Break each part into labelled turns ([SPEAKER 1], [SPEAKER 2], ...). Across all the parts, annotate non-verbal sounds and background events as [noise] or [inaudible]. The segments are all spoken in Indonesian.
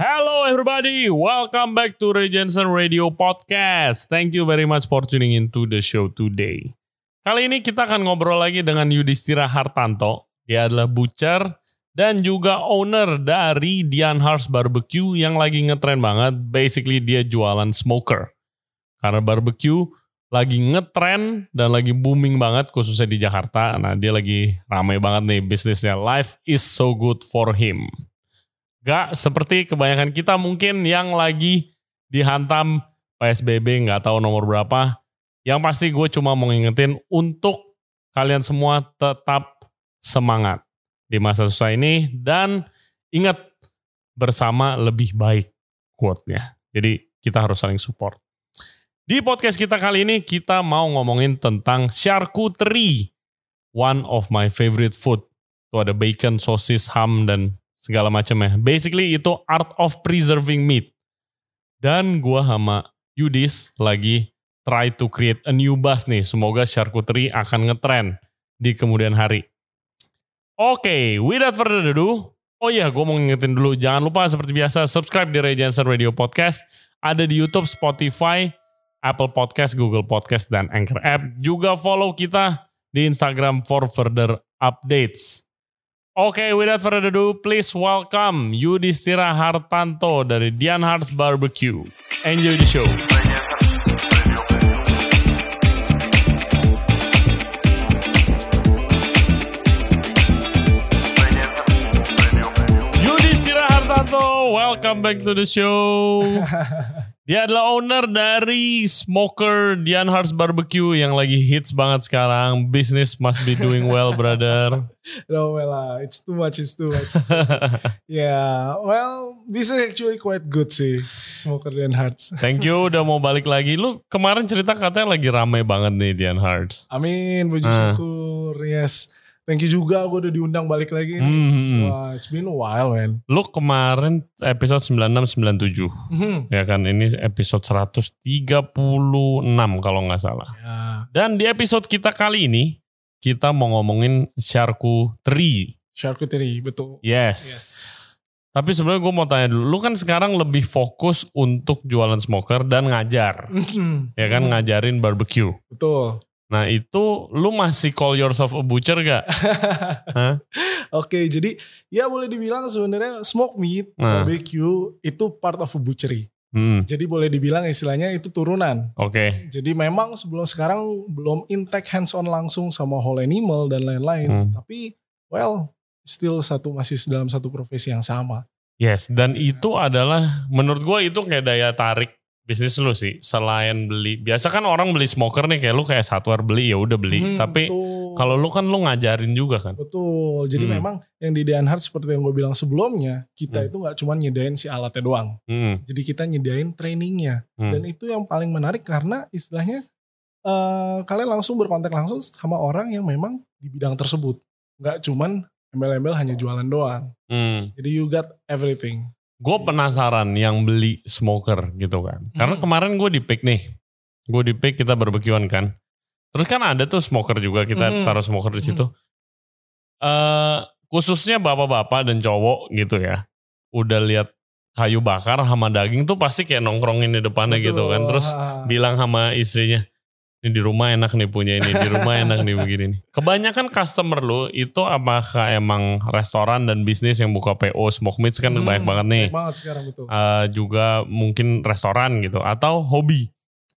[SPEAKER 1] Hello everybody, welcome back to Ray Jensen Radio Podcast. Thank you very much for tuning into the show today. Kali ini kita akan ngobrol lagi dengan Yudhistira Hartanto. Dia adalah butcher dan juga owner dari Dian Hars Barbecue yang lagi ngetren banget. Basically dia jualan smoker. Karena barbecue lagi ngetren dan lagi booming banget khususnya di Jakarta. Nah dia lagi ramai banget nih bisnisnya. Life is so good for him gak seperti kebanyakan kita mungkin yang lagi dihantam PSBB nggak tahu nomor berapa. Yang pasti gue cuma mau ngingetin untuk kalian semua tetap semangat di masa susah ini dan ingat bersama lebih baik quote-nya. Jadi kita harus saling support. Di podcast kita kali ini kita mau ngomongin tentang charcuterie, one of my favorite food. Itu ada bacon, sosis, ham, dan segala macam ya. Basically itu art of preserving meat. Dan gua sama Yudis lagi try to create a new buzz nih. Semoga charcuterie akan ngetren di kemudian hari. Oke, without further ado. Oh iya, gue mau ngingetin dulu. Jangan lupa seperti biasa subscribe di Ray Jensen Radio Podcast. Ada di Youtube, Spotify, Apple Podcast, Google Podcast, dan Anchor App. Juga follow kita di Instagram for further updates. Oke, without further ado, please welcome Yudhistira Hartanto dari Dian Hearts Barbecue. Enjoy the show. Yudhistira Hartanto, welcome back to the show. Dia adalah owner dari Smoker Dian Hearts Barbecue yang lagi hits banget sekarang. Business must be doing well, brother. [laughs]
[SPEAKER 2] No, well, uh, it's too much, it's too much. yeah, well, this is actually quite good sih, Smoker than Hearts.
[SPEAKER 1] Thank you udah mau balik lagi. Lu kemarin cerita katanya lagi ramai banget nih Dian Hearts.
[SPEAKER 2] Amin, puji
[SPEAKER 1] Ah.
[SPEAKER 2] syukur, yes. Thank you juga, gue udah diundang balik lagi. nih.
[SPEAKER 1] Hmm.
[SPEAKER 2] Wah, it's been a while, man.
[SPEAKER 1] Lu kemarin episode 96 97
[SPEAKER 2] Mhm.
[SPEAKER 1] ya kan ini episode 136 kalau nggak salah.
[SPEAKER 2] Ya,
[SPEAKER 1] Dan di episode kita kali ini kita mau ngomongin charcuterie.
[SPEAKER 2] charcuterie, betul.
[SPEAKER 1] Yes.
[SPEAKER 2] Yes.
[SPEAKER 1] Tapi sebenarnya gue mau tanya dulu, lu kan sekarang lebih fokus untuk jualan smoker dan ngajar,
[SPEAKER 2] Mhm.
[SPEAKER 1] ya kan ngajarin barbecue.
[SPEAKER 2] Betul. [laughs]
[SPEAKER 1] Nah itu lu masih call yourself a butcher gak? Hah?
[SPEAKER 2] Oke, jadi ya boleh dibilang sebenarnya smoke meat,
[SPEAKER 1] Nah.
[SPEAKER 2] barbecue itu part of a butchery.
[SPEAKER 1] Hmm,
[SPEAKER 2] Jadi boleh dibilang istilahnya itu turunan.
[SPEAKER 1] oke.
[SPEAKER 2] Jadi memang sebelum sekarang belum intact hands on langsung sama whole animal dan lain-lain,
[SPEAKER 1] Hmm.
[SPEAKER 2] tapi well still satu masih dalam satu profesi yang sama.
[SPEAKER 1] Yes, dan
[SPEAKER 2] Iya.
[SPEAKER 1] itu adalah menurut gue itu kayak daya tarik bisnis lu sih. Selain beli, biasa kan orang beli smoker nih kayak lu kayak hardware beli ya udah beli.
[SPEAKER 2] Hmm,
[SPEAKER 1] Tapi
[SPEAKER 2] betul.
[SPEAKER 1] kalau lu kan lu ngajarin juga kan.
[SPEAKER 2] betul, jadi
[SPEAKER 1] Hmm.
[SPEAKER 2] memang yang di Dean Heart seperti yang gue bilang sebelumnya,
[SPEAKER 1] Hmm.
[SPEAKER 2] kita itu nggak cuma nyedain si alatnya doang,
[SPEAKER 1] Hmm,
[SPEAKER 2] jadi kita nyedain trainingnya
[SPEAKER 1] hmm.
[SPEAKER 2] dan itu yang paling menarik karena istilahnya eh, kalian langsung berkontak langsung sama orang yang memang di bidang tersebut, nggak cuman embel-embel hanya jualan doang.
[SPEAKER 1] hmm.
[SPEAKER 2] Jadi you got everything.
[SPEAKER 1] Gue penasaran yang beli smoker gitu kan. Karena
[SPEAKER 2] Iya. Hmm.
[SPEAKER 1] kemarin gue di pick nih. Gue di pick kita barbekyuan kan. Terus kan ada tuh smoker juga kita
[SPEAKER 2] Mhm.
[SPEAKER 1] taruh smoker di situ. Eh khususnya bapak-bapak dan cowok gitu ya. Udah lihat kayu bakar sama daging tuh pasti kayak nongkrongin di depannya gitu kan. Terus
[SPEAKER 2] Betul. Ah,
[SPEAKER 1] bilang sama istrinya, ini di rumah enak nih punya ini, di rumah enak nih begini nih. Kebanyakan customer lu itu apakah emang restoran dan bisnis yang buka PO smoke meats kan
[SPEAKER 2] Hmm,
[SPEAKER 1] banyak banget nih.
[SPEAKER 2] Banyak banget sekarang betul.
[SPEAKER 1] Eh, juga mungkin restoran gitu atau hobi.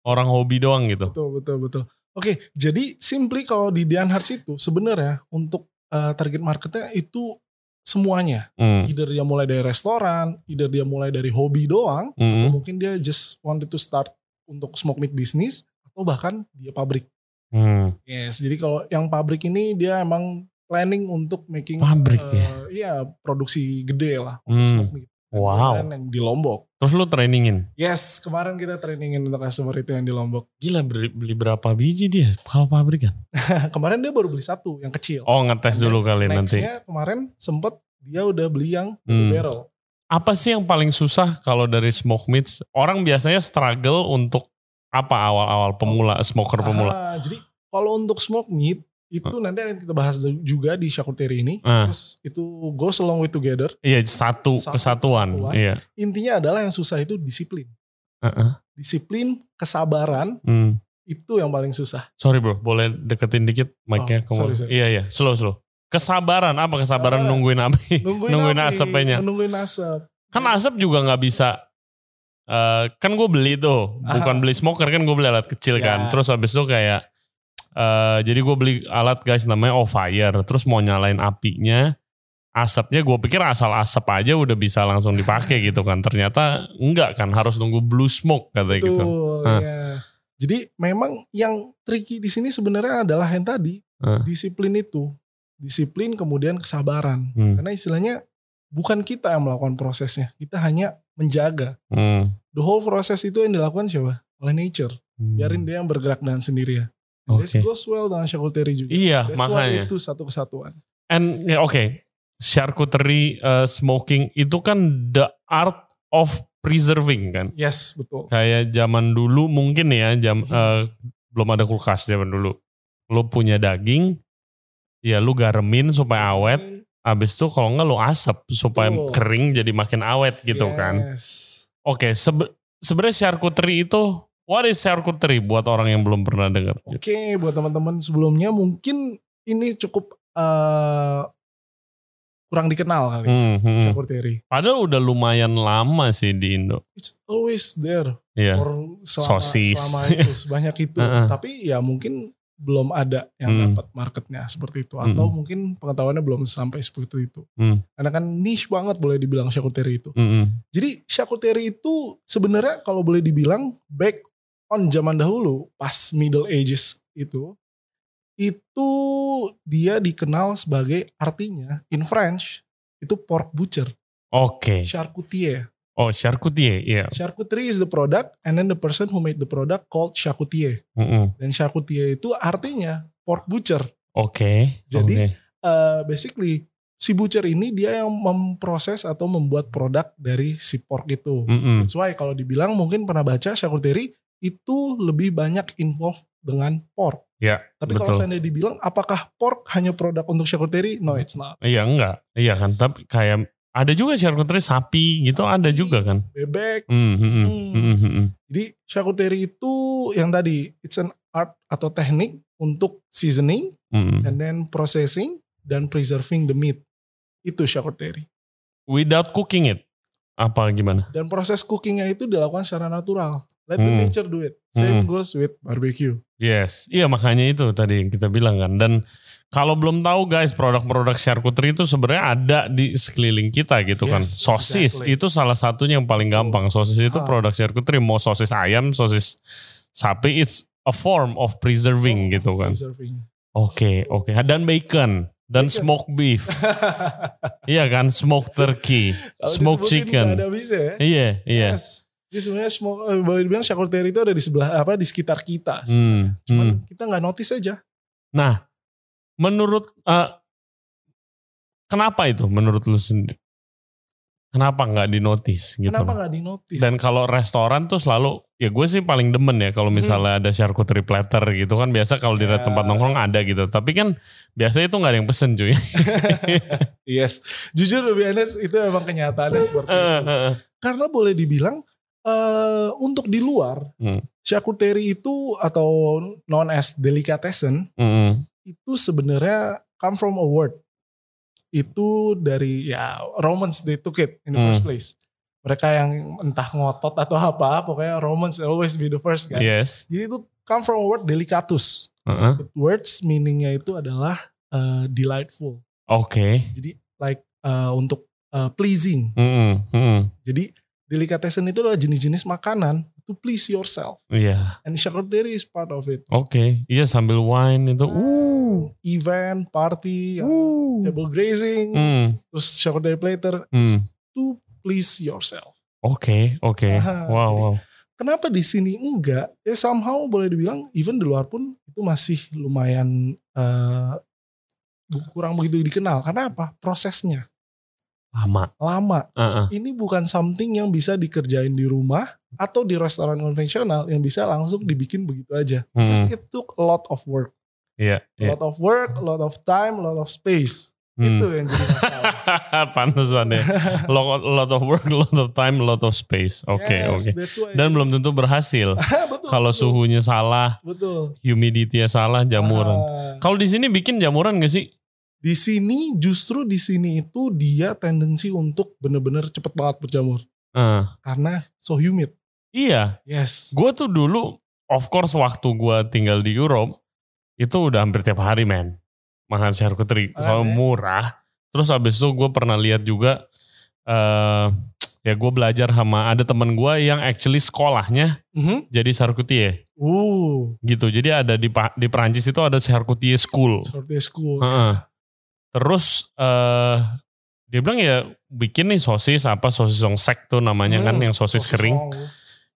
[SPEAKER 1] Orang hobi doang gitu.
[SPEAKER 2] Betul betul betul. Oke, jadi simply kalau di Dian Hearts itu sebenarnya untuk eh, target marketnya itu semuanya.
[SPEAKER 1] Hmm.
[SPEAKER 2] Either dia mulai dari restoran, either dia mulai dari hobi doang,
[SPEAKER 1] Mm-mm.
[SPEAKER 2] mungkin dia just wanted to start untuk smoke meat business atau bahkan dia pabrik.
[SPEAKER 1] Hmm.
[SPEAKER 2] Yes, jadi kalau yang pabrik ini dia emang planning untuk making
[SPEAKER 1] Pabrik
[SPEAKER 2] eh,
[SPEAKER 1] ya?
[SPEAKER 2] Iya, produksi gede lah untuk
[SPEAKER 1] Hmm.
[SPEAKER 2] smoke meat.
[SPEAKER 1] Wow.
[SPEAKER 2] Kemarin Yang di Lombok.
[SPEAKER 1] Terus lu trainingin.
[SPEAKER 2] Yes, kemarin kita trainingin untuk customer itu yang di Lombok.
[SPEAKER 1] Gila beli, beli berapa biji dia kalau pabrik kan?
[SPEAKER 2] Nah, kemarin dia baru beli satu yang kecil.
[SPEAKER 1] Oh ngetes dulu kali nanti.
[SPEAKER 2] Next-nya kemarin sempet dia udah beli yang
[SPEAKER 1] Hmm.
[SPEAKER 2] barrel.
[SPEAKER 1] Apa sih yang paling susah kalau dari smoke meats? Orang biasanya struggle untuk apa awal-awal pemula smoker pemula?
[SPEAKER 2] Ah, jadi kalau Ah, untuk smoke meat itu nanti akan kita bahas juga di Syakuteri ini.
[SPEAKER 1] Ah.
[SPEAKER 2] Terus itu goes along with together.
[SPEAKER 1] Iya satu,
[SPEAKER 2] Satu
[SPEAKER 1] kesatuan.
[SPEAKER 2] kesatuan.
[SPEAKER 1] Iya.
[SPEAKER 2] Intinya adalah yang susah itu disiplin.
[SPEAKER 1] Heeh.
[SPEAKER 2] Disiplin, kesabaran
[SPEAKER 1] Hmm.
[SPEAKER 2] itu yang paling susah.
[SPEAKER 1] Sorry bro, boleh deketin dikit mic-nya
[SPEAKER 2] Oh, sorry,
[SPEAKER 1] kemana?
[SPEAKER 2] sorry.
[SPEAKER 1] Iya iya, slow slow. Kesabaran apa kesabaran,
[SPEAKER 2] Kesabaran.
[SPEAKER 1] nungguin api?
[SPEAKER 2] Nungguin,
[SPEAKER 1] Nungguin
[SPEAKER 2] api,
[SPEAKER 1] asapnya.
[SPEAKER 2] Nungguin asap.
[SPEAKER 1] kan asap juga nggak bisa. eh kan gue beli tuh, bukan
[SPEAKER 2] Aha.
[SPEAKER 1] beli smoker kan gue beli alat kecil kan.
[SPEAKER 2] Ah. Ya.
[SPEAKER 1] Terus habis itu kayak, eh jadi gue beli alat guys namanya off fire. Terus mau nyalain apinya, asapnya gue pikir asal asap aja udah bisa langsung
[SPEAKER 2] [laughs]
[SPEAKER 1] dipakai gitu kan. Ternyata enggak kan, harus nunggu blue smoke katanya gitu.
[SPEAKER 2] Betul,
[SPEAKER 1] Ah.
[SPEAKER 2] ya. Jadi memang yang tricky di sini sebenarnya adalah yang tadi
[SPEAKER 1] Ah.
[SPEAKER 2] disiplin itu, disiplin kemudian kesabaran.
[SPEAKER 1] Hmm.
[SPEAKER 2] Karena istilahnya bukan kita yang melakukan prosesnya, kita hanya menjaga.
[SPEAKER 1] Hmm.
[SPEAKER 2] The whole proses itu yang dilakukan siapa? Oleh nature. Biarin dia yang bergerak dengan sendiri ya. And This
[SPEAKER 1] Oke.
[SPEAKER 2] goes well dengan Shackletary juga.
[SPEAKER 1] Iya
[SPEAKER 2] That's why
[SPEAKER 1] makanya.
[SPEAKER 2] itu satu kesatuan.
[SPEAKER 1] And ya oke, charcuterie uh, smoking itu kan the art of preserving kan.
[SPEAKER 2] Yes, betul.
[SPEAKER 1] Kayak zaman dulu mungkin ya, jam
[SPEAKER 2] Mm-hmm.
[SPEAKER 1] uh, belum ada kulkas zaman dulu. Lo punya daging, ya lu garemin supaya awet. Abis itu kalau enggak lo asap supaya
[SPEAKER 2] Betul. Iya.
[SPEAKER 1] kering jadi makin awet gitu kan.
[SPEAKER 2] Yes.
[SPEAKER 1] Oke, sebe- sebenarnya charcuterie itu what is charcuterie buat orang yang belum pernah dengar?
[SPEAKER 2] Oke, buat teman-teman sebelumnya mungkin ini cukup eh, kurang dikenal kali. ya,
[SPEAKER 1] Hmm, hmm, hmm.
[SPEAKER 2] Shackletary.
[SPEAKER 1] Padahal udah lumayan lama sih di Indo.
[SPEAKER 2] It's always there
[SPEAKER 1] Iya.
[SPEAKER 2] for selama,
[SPEAKER 1] Sosis. [laughs]
[SPEAKER 2] selama itu sebanyak itu.
[SPEAKER 1] Heeh.
[SPEAKER 2] Tapi ya mungkin belum ada yang
[SPEAKER 1] Hmm.
[SPEAKER 2] dapat marketnya seperti itu atau
[SPEAKER 1] Hmm.
[SPEAKER 2] mungkin pengetahuannya belum sampai seperti itu.
[SPEAKER 1] Hmm.
[SPEAKER 2] Karena kan niche banget boleh dibilang Shackletary itu.
[SPEAKER 1] Hmm, hmm.
[SPEAKER 2] Jadi charcuterie itu sebenarnya kalau boleh dibilang back on zaman dahulu pas Middle Ages itu itu dia dikenal sebagai artinya in French itu pork butcher,
[SPEAKER 1] Oke.
[SPEAKER 2] charcutier.
[SPEAKER 1] Oh, charcutier, iya.
[SPEAKER 2] Charcuterie is the product and then the person who made the product called charcutier.
[SPEAKER 1] Mm-mm.
[SPEAKER 2] Dan charcutier itu artinya pork butcher.
[SPEAKER 1] Oke.
[SPEAKER 2] Jadi,
[SPEAKER 1] oke.
[SPEAKER 2] Eh, basically si butcher ini dia yang memproses atau membuat produk dari si pork itu.
[SPEAKER 1] Mm-mm.
[SPEAKER 2] That's why kalau dibilang mungkin pernah baca charcuterie itu lebih banyak involved dengan pork.
[SPEAKER 1] Ya,
[SPEAKER 2] Tapi kalau
[SPEAKER 1] betul.
[SPEAKER 2] seandainya dibilang apakah pork hanya produk untuk charcuterie? No, it's not.
[SPEAKER 1] iya enggak, iya kan.
[SPEAKER 2] Yes.
[SPEAKER 1] Tapi kayak ada juga charcuterie sapi gitu, ada
[SPEAKER 2] Sapi.
[SPEAKER 1] juga kan.
[SPEAKER 2] Bebek.
[SPEAKER 1] Mm, mm, mm,
[SPEAKER 2] Hmm.
[SPEAKER 1] mm, mm, mm.
[SPEAKER 2] Jadi charcuterie itu yang tadi it's an art atau teknik untuk seasoning
[SPEAKER 1] Mm.
[SPEAKER 2] and then processing dan preserving the meat. Itu charcuterie.
[SPEAKER 1] Without cooking it, apa gimana?
[SPEAKER 2] Dan proses cookingnya itu dilakukan secara natural. Let the
[SPEAKER 1] Hmm.
[SPEAKER 2] nature do it.
[SPEAKER 1] Hmm.
[SPEAKER 2] Same goes with barbecue.
[SPEAKER 1] Yes, iya makanya itu tadi yang kita bilang kan. Dan kalau belum tahu guys, produk-produk charcuterie itu sebenarnya ada di sekeliling kita gitu kan.
[SPEAKER 2] Yes,
[SPEAKER 1] Sosis
[SPEAKER 2] exactly.
[SPEAKER 1] itu salah satunya yang paling gampang. Sosis itu
[SPEAKER 2] Ah.
[SPEAKER 1] produk charcuterie, mau sosis ayam, sosis sapi, it's a form of
[SPEAKER 2] Oh,
[SPEAKER 1] preserving gitu kan.
[SPEAKER 2] Preserving. [laughs]
[SPEAKER 1] Oke, oke. Dan bacon dan
[SPEAKER 2] Bacon.
[SPEAKER 1] smoked beef. iya kan, smoked turkey,
[SPEAKER 2] Kalau
[SPEAKER 1] smoked
[SPEAKER 2] disebutin nggak
[SPEAKER 1] chicken.
[SPEAKER 2] Ada bisa ya.
[SPEAKER 1] Iya, iya.
[SPEAKER 2] Yes. Jadi sebenarnya smoke, eh, boleh dibilang charcuterie itu ada di sebelah apa di sekitar kita.
[SPEAKER 1] Hmm, hmm.
[SPEAKER 2] Cuman kita nggak notice aja.
[SPEAKER 1] Nah, menurut eh, kenapa itu menurut lu sendiri? Kenapa nggak di notice gitu?
[SPEAKER 2] Kenapa
[SPEAKER 1] loh?
[SPEAKER 2] nggak di notice?
[SPEAKER 1] Dan kalau restoran tuh selalu ya gue sih paling demen ya kalau misalnya ada charcuterie platter gitu kan biasa kalau di
[SPEAKER 2] Hmm. Ya.
[SPEAKER 1] tempat nongkrong ada gitu. Tapi kan biasanya itu nggak ada yang pesen
[SPEAKER 2] [laughs] Iya,
[SPEAKER 1] cuy.
[SPEAKER 2] yes. Jujur lebih honest itu emang kenyataannya seperti
[SPEAKER 1] Eh.
[SPEAKER 2] itu. Karena boleh dibilang eh untuk di luar
[SPEAKER 1] Hmm.
[SPEAKER 2] charcuterie itu atau known as delicatessen
[SPEAKER 1] Mm-mm.
[SPEAKER 2] itu sebenarnya come from a word. Itu dari ya Romans they took it in the
[SPEAKER 1] Hmm.
[SPEAKER 2] first place. Mereka yang entah ngotot atau apa, pokoknya Romans always be the first kan.
[SPEAKER 1] Yes. Uh-uh.
[SPEAKER 2] Jadi itu come from word delicatus.
[SPEAKER 1] Heeh.
[SPEAKER 2] It words meaningnya itu adalah uh, delightful.
[SPEAKER 1] Oke.
[SPEAKER 2] Jadi like uh, untuk uh, pleasing.
[SPEAKER 1] Mm-mm. Mm-mm.
[SPEAKER 2] Jadi delicatessen itu adalah jenis-jenis makanan to please yourself.
[SPEAKER 1] Iya,
[SPEAKER 2] And charcuterie is part of it.
[SPEAKER 1] oke. Iya sambil wine itu. Uh.
[SPEAKER 2] Event, party,
[SPEAKER 1] Uh.
[SPEAKER 2] table grazing,
[SPEAKER 1] Hmm,
[SPEAKER 2] terus charcuterie platter
[SPEAKER 1] hmm.
[SPEAKER 2] to please yourself.
[SPEAKER 1] Oke, oke.
[SPEAKER 2] Aha,
[SPEAKER 1] Wow,
[SPEAKER 2] jadi-
[SPEAKER 1] wow.
[SPEAKER 2] Kenapa di sini enggak? Ya somehow boleh dibilang even di luar pun itu masih lumayan eh, kurang begitu dikenal. Karena apa? Prosesnya
[SPEAKER 1] Lama.
[SPEAKER 2] lama.
[SPEAKER 1] Heeh.
[SPEAKER 2] Ini bukan something yang bisa dikerjain di rumah atau di restoran konvensional yang bisa langsung dibikin begitu aja.
[SPEAKER 1] Hmm.
[SPEAKER 2] Because it took a lot of work.
[SPEAKER 1] Iya.
[SPEAKER 2] A
[SPEAKER 1] iya.
[SPEAKER 2] lot gitu. of work, a lot of time, a lot of space.
[SPEAKER 1] Hmm.
[SPEAKER 2] Itu yang jadi masalah.
[SPEAKER 1] [laughs] Pantesan
[SPEAKER 2] [laughs]
[SPEAKER 1] ya. Lot, lot of work, lot of time, lot of space. Oke,
[SPEAKER 2] Yes,
[SPEAKER 1] oke.
[SPEAKER 2] That's why.
[SPEAKER 1] Dan belum tentu berhasil.
[SPEAKER 2] [laughs] Betul,
[SPEAKER 1] Kalau
[SPEAKER 2] betul,
[SPEAKER 1] suhunya salah,
[SPEAKER 2] betul.
[SPEAKER 1] humidity-nya salah, jamuran.
[SPEAKER 2] Ah,
[SPEAKER 1] Kalau di sini bikin jamuran gak sih?
[SPEAKER 2] di sini justru di sini itu dia tendensi untuk bener-bener cepet banget berjamur
[SPEAKER 1] Eh,
[SPEAKER 2] karena so humid.
[SPEAKER 1] iya,
[SPEAKER 2] Yes.
[SPEAKER 1] gue tuh dulu, of course waktu gue tinggal di Europe, itu udah hampir tiap hari men. Makan charcuterie,
[SPEAKER 2] Makan,
[SPEAKER 1] soalnya
[SPEAKER 2] ya?
[SPEAKER 1] murah. Terus abis itu gue pernah lihat juga, eh ya gue belajar sama ada temen gue yang actually sekolahnya
[SPEAKER 2] Mhm.
[SPEAKER 1] jadi charcutier
[SPEAKER 2] Uh,
[SPEAKER 1] gitu. Jadi ada di Pa- di Perancis itu ada charcutier school.
[SPEAKER 2] seperti school.
[SPEAKER 1] Heeh. Terus eh dia bilang ya bikin nih sosis apa sosis ongsek tuh namanya kan
[SPEAKER 2] Hmm,
[SPEAKER 1] yang sosis, kering.
[SPEAKER 2] all. Nah.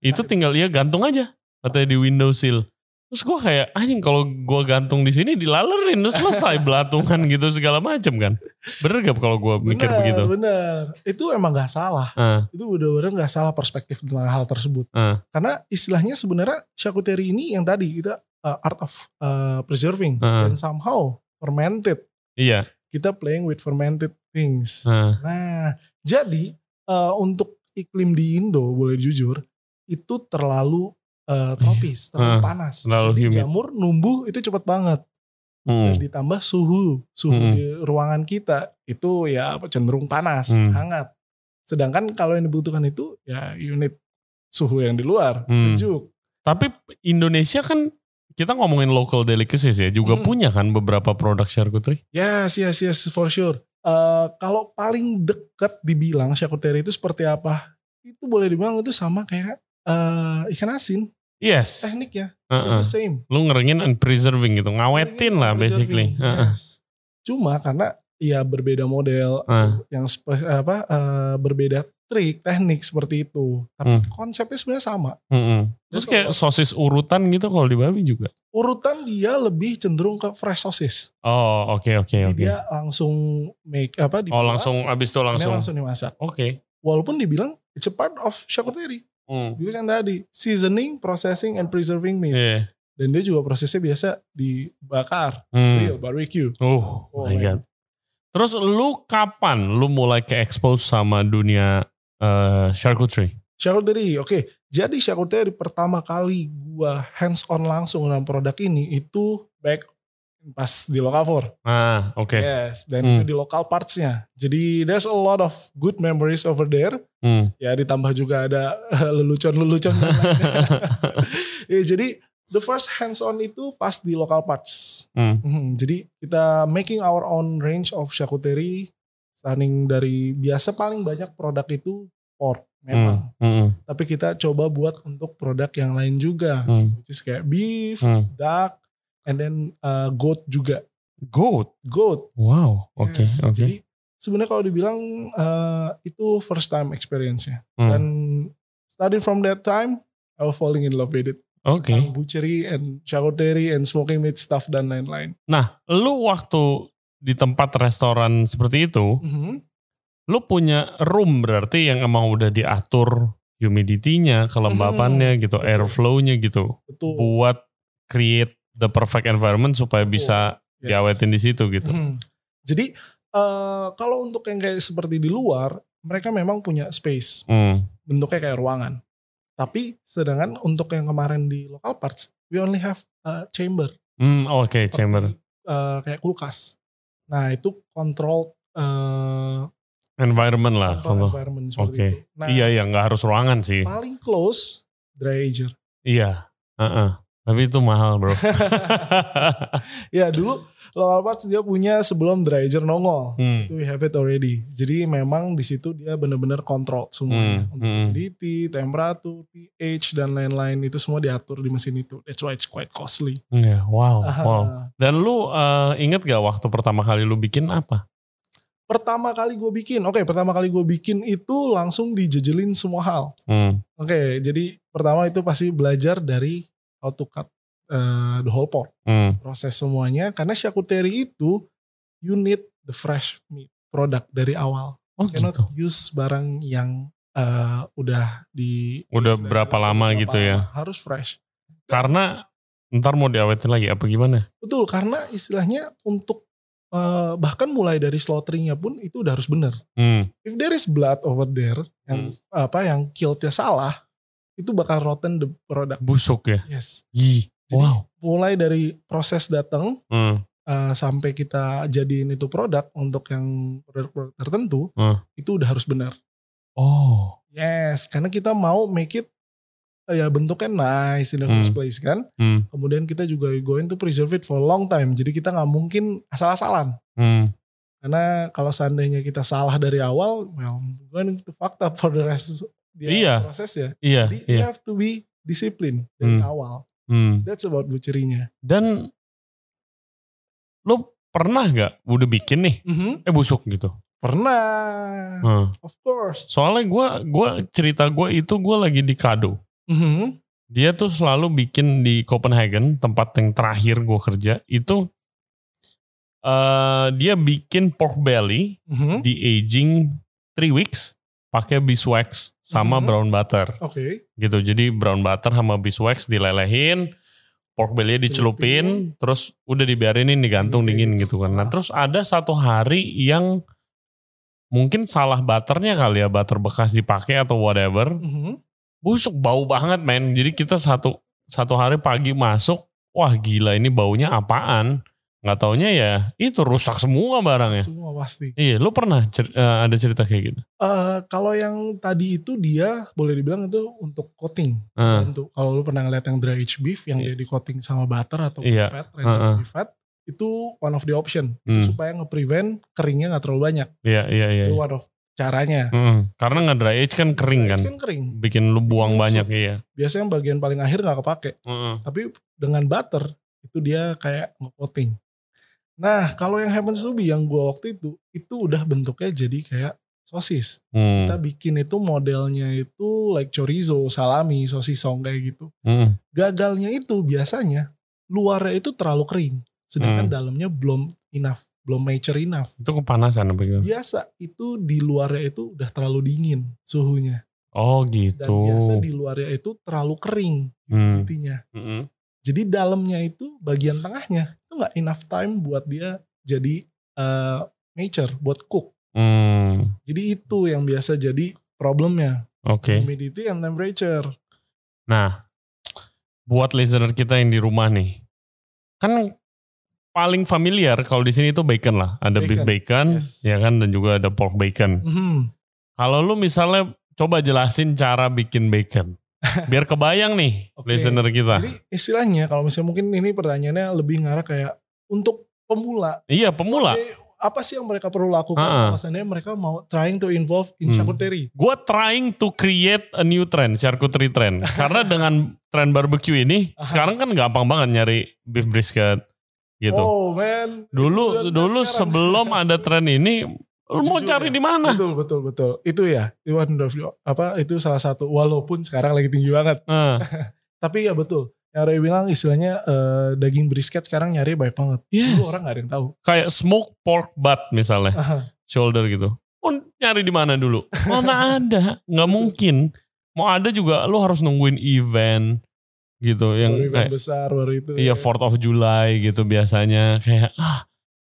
[SPEAKER 1] Itu tinggal ya gantung aja katanya di window sill. Terus gue kayak anjing kalau gue gantung di sini dilalerin terus
[SPEAKER 2] [laughs]
[SPEAKER 1] selesai belatungan gitu segala macem kan. Bener gak kalau gue mikir
[SPEAKER 2] Bener,
[SPEAKER 1] begitu?
[SPEAKER 2] Bener. Itu emang nggak salah.
[SPEAKER 1] Heeh.
[SPEAKER 2] Itu bener-bener nggak salah perspektif tentang hal tersebut.
[SPEAKER 1] Heeh.
[SPEAKER 2] Karena istilahnya sebenarnya charcuterie ini yang tadi kita uh, art of uh, preserving
[SPEAKER 1] Heeh.
[SPEAKER 2] dan somehow fermented.
[SPEAKER 1] Iya.
[SPEAKER 2] Kita playing with fermented things.
[SPEAKER 1] Heeh.
[SPEAKER 2] Nah, jadi eh, untuk iklim di Indo boleh jujur itu terlalu eh, tropis, terlalu
[SPEAKER 1] Heeh,
[SPEAKER 2] panas.
[SPEAKER 1] Iya. Ah, terlalu
[SPEAKER 2] jadi
[SPEAKER 1] humid.
[SPEAKER 2] jamur numbuh itu cepat banget.
[SPEAKER 1] Hmm.
[SPEAKER 2] Dan ditambah suhu, suhu
[SPEAKER 1] Hmm.
[SPEAKER 2] di ruangan kita itu ya cenderung panas,
[SPEAKER 1] Hmm.
[SPEAKER 2] hangat. Sedangkan kalau yang dibutuhkan itu ya unit suhu yang di luar,
[SPEAKER 1] Hmm.
[SPEAKER 2] sejuk.
[SPEAKER 1] Tapi Indonesia kan kita ngomongin local delicacies ya juga
[SPEAKER 2] Hmm.
[SPEAKER 1] punya kan beberapa produk charcuterie.
[SPEAKER 2] Yes, yes, yes, Ya, for sure. Eh, kalau paling deket dibilang charcuterie itu seperti apa? Itu boleh dibilang itu sama kayak eh, ikan asin
[SPEAKER 1] Yes.
[SPEAKER 2] tekniknya. ya, It's
[SPEAKER 1] Heeh.
[SPEAKER 2] the same.
[SPEAKER 1] lu ngeringin and preserving gitu ngawetin lah basically Heeh.
[SPEAKER 2] Yes. Cuma karena ya berbeda model
[SPEAKER 1] Heeh.
[SPEAKER 2] yang spe- apa eh, berbeda trik teknik seperti itu.
[SPEAKER 1] Hmm.
[SPEAKER 2] Tapi konsepnya sebenarnya sama.
[SPEAKER 1] Mm-mm. Hmm. terus kayak sosis urutan gitu kalau di Bali juga
[SPEAKER 2] Urutan dia lebih cenderung ke fresh sosis.
[SPEAKER 1] oh oke oke
[SPEAKER 2] Jadi
[SPEAKER 1] oke
[SPEAKER 2] dia langsung make apa
[SPEAKER 1] oh
[SPEAKER 2] dibuat,
[SPEAKER 1] langsung abis itu
[SPEAKER 2] dia
[SPEAKER 1] langsung oke
[SPEAKER 2] langsung dimasak. Walaupun dibilang it's a part of charcuterie.
[SPEAKER 1] Hmm.
[SPEAKER 2] Because yang tadi seasoning, processing and preserving meat.
[SPEAKER 1] Iya.
[SPEAKER 2] Dan dia juga prosesnya biasa dibakar,
[SPEAKER 1] Hmm.
[SPEAKER 2] grill, barbecue.
[SPEAKER 1] oh
[SPEAKER 2] Oh
[SPEAKER 1] my
[SPEAKER 2] my
[SPEAKER 1] god terus lu kapan lu mulai ke expose sama dunia eh, charcuterie
[SPEAKER 2] Charcuterie, oke. Jadi charcuterie pertama kali gua hands on langsung dalam produk ini itu back pas di Lokavor.
[SPEAKER 1] ah oke
[SPEAKER 2] Yes, dan
[SPEAKER 1] Hmm.
[SPEAKER 2] itu di lokal partsnya. Jadi there's a lot of good memories over there.
[SPEAKER 1] Hmm.
[SPEAKER 2] Ya ditambah juga ada eh,
[SPEAKER 1] [laughs]
[SPEAKER 2] lelucon-lelucon. dan lain-lain. ya, jadi the first hands on itu pas di lokal parts.
[SPEAKER 1] Hmm.
[SPEAKER 2] Mhm, jadi kita making our own range of charcuterie starting dari biasa paling banyak produk itu pork memang
[SPEAKER 1] Mm-mm.
[SPEAKER 2] tapi kita coba buat untuk produk yang lain juga
[SPEAKER 1] Hmm.
[SPEAKER 2] which is kayak beef,
[SPEAKER 1] Hmm.
[SPEAKER 2] duck, and then uh, goat juga
[SPEAKER 1] goat
[SPEAKER 2] goat.
[SPEAKER 1] wow oke
[SPEAKER 2] Yes.
[SPEAKER 1] oke
[SPEAKER 2] Jadi sebenarnya kalau dibilang uh, itu first time experience-nya
[SPEAKER 1] Hmm.
[SPEAKER 2] dan starting from that time I was falling in love with it.
[SPEAKER 1] oke
[SPEAKER 2] Tentang butchery and charcuterie and smoking meat stuff dan lain-lain.
[SPEAKER 1] Nah, lu waktu di tempat restoran seperti itu,
[SPEAKER 2] Mhm.
[SPEAKER 1] lu punya room berarti yang emang udah diatur humidity-nya, kelembapannya gitu,
[SPEAKER 2] Hmm, Betul.
[SPEAKER 1] airflow-nya gitu.
[SPEAKER 2] Betul.
[SPEAKER 1] Buat create the perfect environment supaya bisa
[SPEAKER 2] Yes.
[SPEAKER 1] diawetin di situ gitu.
[SPEAKER 2] Mhm. Jadi uh, kalau untuk yang kayak seperti di luar mereka memang punya space
[SPEAKER 1] Hmm.
[SPEAKER 2] bentuknya kayak ruangan. Tapi sedangkan untuk yang kemarin di local parts, we only have a chamber.
[SPEAKER 1] Hmm, oke,
[SPEAKER 2] Seperti,
[SPEAKER 1] chamber
[SPEAKER 2] eh, kayak kulkas. Nah itu controlled eh,
[SPEAKER 1] environment lah. Kalau
[SPEAKER 2] control environment seperti
[SPEAKER 1] Oke.
[SPEAKER 2] itu. Nah
[SPEAKER 1] iya, iya nggak harus ruangan sih.
[SPEAKER 2] paling close dry ager.
[SPEAKER 1] Iya. Heeh. Tapi itu mahal,
[SPEAKER 2] [laughs]
[SPEAKER 1] Bro.
[SPEAKER 2] ya dulu local parts dia punya sebelum dry ager nongol.
[SPEAKER 1] Hmm.
[SPEAKER 2] Itu we have it already. Jadi memang di situ dia benar-benar kontrol semuanya.
[SPEAKER 1] Hmm,
[SPEAKER 2] Untuk
[SPEAKER 1] hmm.
[SPEAKER 2] humidity, temperatur, pH dan lain-lain itu semua diatur di mesin itu. That's why it's quite costly.
[SPEAKER 1] Iya, wow, wow.
[SPEAKER 2] Ah.
[SPEAKER 1] Dan lu eh, inget gak waktu pertama kali lu bikin apa?
[SPEAKER 2] pertama kali gue bikin, oke pertama kali gue bikin itu langsung dijejelin semua hal.
[SPEAKER 1] Hmm.
[SPEAKER 2] Oke, jadi pertama itu pasti belajar dari how to cut eh, the whole pork,
[SPEAKER 1] Hmm.
[SPEAKER 2] proses semuanya. Karena charcuterie itu you need the fresh meat product dari awal.
[SPEAKER 1] Oh
[SPEAKER 2] Cannot
[SPEAKER 1] gitu.
[SPEAKER 2] use barang yang eh, udah di
[SPEAKER 1] Udah berapa lama gitu ya?
[SPEAKER 2] Harus fresh.
[SPEAKER 1] Karena Ntar mau diawetin lagi apa gimana?
[SPEAKER 2] Betul, karena istilahnya untuk eh, bahkan mulai dari slaughteringnya pun itu udah harus benar.
[SPEAKER 1] Hmm.
[SPEAKER 2] If there is blood over there yang apa yang killnya salah, itu bakal rotten the product.
[SPEAKER 1] Busuk ya.
[SPEAKER 2] Yes.
[SPEAKER 1] Ih,
[SPEAKER 2] Jadi,
[SPEAKER 1] wow.
[SPEAKER 2] Mulai dari proses datang
[SPEAKER 1] Hmm.
[SPEAKER 2] eh, sampai kita jadiin itu produk untuk yang produk-produk tertentu,
[SPEAKER 1] Hmm.
[SPEAKER 2] itu udah harus benar.
[SPEAKER 1] Oh.
[SPEAKER 2] Yes, karena kita mau make it eh, ya bentuknya nice in the first
[SPEAKER 1] Hmm.
[SPEAKER 2] place kan.
[SPEAKER 1] Hmm.
[SPEAKER 2] Kemudian kita juga going to preserve it for a long time. Jadi kita nggak mungkin asal-asalan.
[SPEAKER 1] Hmm.
[SPEAKER 2] Karena kalau seandainya kita salah dari awal, well, we're going to fucked up for the rest the
[SPEAKER 1] Iya.
[SPEAKER 2] proses ya.
[SPEAKER 1] Iya,
[SPEAKER 2] Jadi you
[SPEAKER 1] iya.
[SPEAKER 2] have to be disciplined dari
[SPEAKER 1] Hmm.
[SPEAKER 2] awal.
[SPEAKER 1] Hmm.
[SPEAKER 2] That's about bucerinya.
[SPEAKER 1] Dan lo pernah nggak udah bikin nih? Eh busuk gitu.
[SPEAKER 2] Pernah,
[SPEAKER 1] Hmm.
[SPEAKER 2] of course.
[SPEAKER 1] Soalnya gue gua cerita gue itu gue lagi di kado.
[SPEAKER 2] Mhm.
[SPEAKER 1] Dia tuh selalu bikin di Copenhagen tempat yang terakhir gue kerja itu eh dia bikin pork belly
[SPEAKER 2] Mhm.
[SPEAKER 1] di aging 3 weeks pakai beeswax sama
[SPEAKER 2] Mhm.
[SPEAKER 1] brown butter
[SPEAKER 2] Oke.
[SPEAKER 1] gitu. Jadi brown butter sama beeswax dilelehin, pork belly dicelupin, terus udah dibiarinin digantung dingin
[SPEAKER 2] Dibiarin.
[SPEAKER 1] gitu kan. Nah,
[SPEAKER 2] Ah.
[SPEAKER 1] terus ada satu hari yang mungkin salah butternya kali ya, butter bekas dipakai atau whatever.
[SPEAKER 2] Mhm.
[SPEAKER 1] Busuk bau banget, men. Jadi kita satu satu hari pagi masuk, wah gila ini baunya apaan? Nggak taunya ya itu rusak semua barangnya.
[SPEAKER 2] Semua pasti.
[SPEAKER 1] Iya, lu pernah cer- eh, ada cerita kayak gitu?
[SPEAKER 2] Eh, kalau yang tadi itu dia boleh dibilang itu untuk coating.
[SPEAKER 1] Heeh.
[SPEAKER 2] Tentu. Kalau lu pernah ngeliat yang dry aged beef yang
[SPEAKER 1] Iya.
[SPEAKER 2] dia di coating sama butter atau
[SPEAKER 1] Iya.
[SPEAKER 2] fat, random
[SPEAKER 1] Heeh.
[SPEAKER 2] beef fat, itu one of the option. Itu
[SPEAKER 1] Hmm.
[SPEAKER 2] supaya nge-prevent keringnya nggak terlalu banyak.
[SPEAKER 1] Iya, iya, iya.
[SPEAKER 2] Itu one of caranya.
[SPEAKER 1] Heeh. Karena nggak dry age kan kering
[SPEAKER 2] Dry
[SPEAKER 1] kan,
[SPEAKER 2] aged kan kering.
[SPEAKER 1] bikin lu buang
[SPEAKER 2] busuk.
[SPEAKER 1] banyak iya.
[SPEAKER 2] Biasanya yang bagian paling akhir nggak kepake.
[SPEAKER 1] Heeh.
[SPEAKER 2] Tapi dengan butter itu dia kayak nge-coating. Nah kalau yang happens to be yang gua waktu itu, itu udah bentuknya jadi kayak sosis.
[SPEAKER 1] Hmm.
[SPEAKER 2] kita bikin itu modelnya itu like chorizo, salami, sosisong kayak gitu.
[SPEAKER 1] Hmm.
[SPEAKER 2] Gagalnya itu biasanya luarnya itu terlalu kering, sedangkan
[SPEAKER 1] Hmm.
[SPEAKER 2] dalamnya belum enough, belum mature enough.
[SPEAKER 1] Itu kepanasan apa gimana?
[SPEAKER 2] Biasa itu di luarnya itu udah terlalu dingin suhunya
[SPEAKER 1] Oh
[SPEAKER 2] dan
[SPEAKER 1] gitu.
[SPEAKER 2] biasa di luarnya itu terlalu kering
[SPEAKER 1] Hmm.
[SPEAKER 2] intinya.
[SPEAKER 1] Mm-mm.
[SPEAKER 2] Jadi dalamnya itu bagian tengahnya itu nggak enough time buat dia jadi eh, mature buat cook.
[SPEAKER 1] Hmm.
[SPEAKER 2] Jadi itu yang biasa jadi problemnya
[SPEAKER 1] Oke.
[SPEAKER 2] humidity and temperature.
[SPEAKER 1] Nah, buat listener kita yang di rumah nih, kan paling familiar kalau di sini itu bacon lah. Ada beef
[SPEAKER 2] Bacon,
[SPEAKER 1] bacon,
[SPEAKER 2] yes.
[SPEAKER 1] ya kan, dan juga ada pork bacon.
[SPEAKER 2] Mhm.
[SPEAKER 1] Kalau lu misalnya coba jelasin cara bikin
[SPEAKER 2] [laughs]
[SPEAKER 1] bacon, biar kebayang nih
[SPEAKER 2] Oke.
[SPEAKER 1] listener kita.
[SPEAKER 2] Jadi istilahnya kalau misalnya mungkin ini pertanyaannya lebih ngarah kayak untuk pemula.
[SPEAKER 1] iya pemula.
[SPEAKER 2] eh, Apa sih yang mereka perlu lakukan?
[SPEAKER 1] Ha-ha.
[SPEAKER 2] Alasannya mereka mau trying to involve in
[SPEAKER 1] Hmm.
[SPEAKER 2] charcuterie.
[SPEAKER 1] Gue trying to create a new trend, charcuterie trend.
[SPEAKER 2] [laughs]
[SPEAKER 1] Karena dengan trend barbecue ini,
[SPEAKER 2] Aha.
[SPEAKER 1] sekarang kan gampang banget nyari beef brisket gitu.
[SPEAKER 2] Oh man.
[SPEAKER 1] dulu
[SPEAKER 2] Itu udah
[SPEAKER 1] dulu
[SPEAKER 2] sekarang.
[SPEAKER 1] sebelum ada tren ini, lu mau
[SPEAKER 2] Jujur
[SPEAKER 1] cari
[SPEAKER 2] ya.
[SPEAKER 1] di
[SPEAKER 2] [laughs]
[SPEAKER 1] mana?
[SPEAKER 2] Betul betul betul. Itu ya. itu one of the- apa itu salah satu walaupun sekarang lagi tinggi banget.
[SPEAKER 1] Eh,
[SPEAKER 2] Tapi ya betul. Yang Ray bilang istilahnya eh, daging brisket sekarang nyari banyak banget.
[SPEAKER 1] yes.
[SPEAKER 2] Dulu orang nggak ada yang tahu.
[SPEAKER 1] iya. Kayak smoke pork butt misalnya,
[SPEAKER 2] Aha.
[SPEAKER 1] shoulder gitu. Lu nyari di mana dulu?
[SPEAKER 2] [laughs]
[SPEAKER 1] Mana ada? Nggak mungkin. Mau ada juga lu harus nungguin event gitu
[SPEAKER 2] [laughs]
[SPEAKER 1] yang
[SPEAKER 2] baru event
[SPEAKER 1] kayak
[SPEAKER 2] besar baru itu. ya.
[SPEAKER 1] Iya 4th of July gitu biasanya kayak ah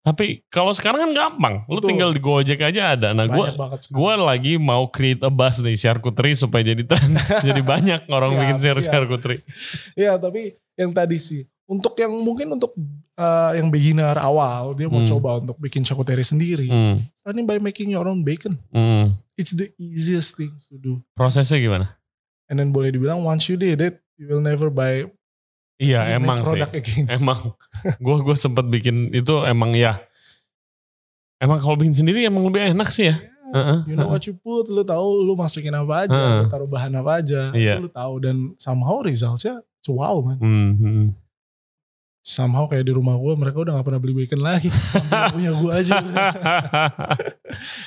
[SPEAKER 1] tapi kalau sekarang kan gampang. Lu
[SPEAKER 2] Betul.
[SPEAKER 1] tinggal di Gojek aja ada. Nah,
[SPEAKER 2] banyak
[SPEAKER 1] gua
[SPEAKER 2] banget. sekarang.
[SPEAKER 1] gua lagi mau create a buzz nih charcuterie supaya jadi tren.
[SPEAKER 2] [laughs]
[SPEAKER 1] jadi banyak orang
[SPEAKER 2] Siap,
[SPEAKER 1] bikin share
[SPEAKER 2] siap.
[SPEAKER 1] charcuterie.
[SPEAKER 2] Iya tapi yang tadi sih untuk yang mungkin untuk eh, yang beginner awal dia mau
[SPEAKER 1] Hmm.
[SPEAKER 2] coba untuk bikin charcuterie sendiri.
[SPEAKER 1] Hmm,
[SPEAKER 2] Starting by making your own bacon,
[SPEAKER 1] hmm.
[SPEAKER 2] it's the easiest things to do.
[SPEAKER 1] Prosesnya gimana?
[SPEAKER 2] And then boleh dibilang once you did it, you will never buy
[SPEAKER 1] Iya,
[SPEAKER 2] any
[SPEAKER 1] emang sih.
[SPEAKER 2] product again.
[SPEAKER 1] Emang [laughs] gua gua sempat bikin itu emang ya. Emang kalau bikin sendiri emang lebih enak sih ya. Heeh.
[SPEAKER 2] Iya, You know what you put, lu tahu lu masukin apa aja,
[SPEAKER 1] Hmm.
[SPEAKER 2] lu taruh bahan apa aja,
[SPEAKER 1] Iya.
[SPEAKER 2] lu tahu dan somehow resultsnya it's wow man.
[SPEAKER 1] Hmm, hmm.
[SPEAKER 2] Somehow kayak di rumah gue mereka udah gak pernah beli bacon lagi, Ambil punya gue aja.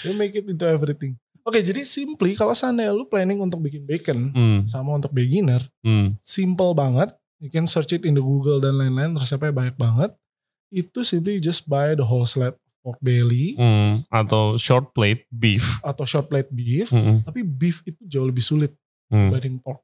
[SPEAKER 2] You make it into everything. Oke, jadi simply kalau seandainya lu planning untuk bikin bacon
[SPEAKER 1] [laughs] Hmm,
[SPEAKER 2] sama untuk beginner,
[SPEAKER 1] hmm.
[SPEAKER 2] simple banget. You can search it in the Google dan lain-lain, resepnya banyak banget. Itu simply you just buy the whole slab pork belly
[SPEAKER 1] Hmm, atau short plate beef.
[SPEAKER 2] atau short plate beef.
[SPEAKER 1] Hmm,
[SPEAKER 2] Tapi beef itu jauh lebih sulit
[SPEAKER 1] hmm.
[SPEAKER 2] dibanding pork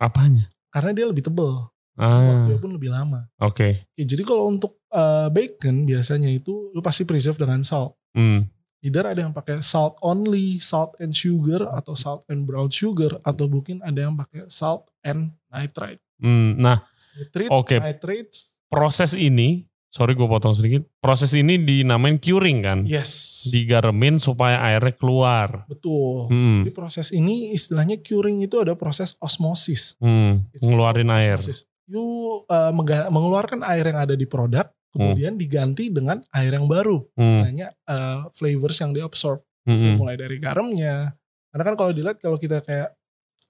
[SPEAKER 1] Apanya?
[SPEAKER 2] karena dia lebih tebel.
[SPEAKER 1] Ah,
[SPEAKER 2] waktunya pun lebih lama.
[SPEAKER 1] oke.
[SPEAKER 2] Oke, jadi kalau untuk eh, bacon biasanya itu lu pasti preserve dengan salt.
[SPEAKER 1] Hmm.
[SPEAKER 2] Either ada yang pakai salt only, salt and sugar, atau salt and brown sugar, atau mungkin ada yang pakai salt and nitrite.
[SPEAKER 1] Hmm. Nah,
[SPEAKER 2] Nitrate,
[SPEAKER 1] Oke.
[SPEAKER 2] nitrates,
[SPEAKER 1] proses ini, sorry gue potong sedikit. Proses ini dinamain curing kan?
[SPEAKER 2] yes,
[SPEAKER 1] Digaremin supaya airnya keluar.
[SPEAKER 2] betul.
[SPEAKER 1] Hmm.
[SPEAKER 2] Jadi proses ini istilahnya curing itu ada proses osmosis.
[SPEAKER 1] Hmm. Ngeluarin air.
[SPEAKER 2] Osmosis. You uh, mengga- mengeluarkan air yang ada di produk, kemudian diganti dengan air yang baru.
[SPEAKER 1] Hmm.
[SPEAKER 2] Istilahnya uh, flavors yang diabsorb,
[SPEAKER 1] Hmm.
[SPEAKER 2] mulai dari garamnya. Karena kan kalau dilihat kalau kita kayak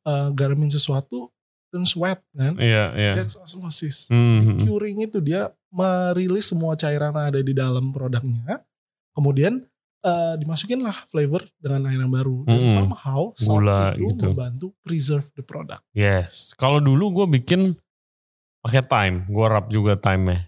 [SPEAKER 2] uh, garamin sesuatu turns wet kan,
[SPEAKER 1] Iya, iya.
[SPEAKER 2] that's osmosis. Di
[SPEAKER 1] Hmm.
[SPEAKER 2] curing itu dia merilis semua cairan yang ada di dalam produknya, kemudian eh, dimasukinlah flavor dengan air yang baru dan
[SPEAKER 1] Mm-mm.
[SPEAKER 2] somehow
[SPEAKER 1] Mm-hmm.
[SPEAKER 2] salt
[SPEAKER 1] Gula
[SPEAKER 2] itu
[SPEAKER 1] gitu.
[SPEAKER 2] membantu preserve the product.
[SPEAKER 1] Yes. Kalau dulu gue bikin pakai time, gue rap juga time-nya.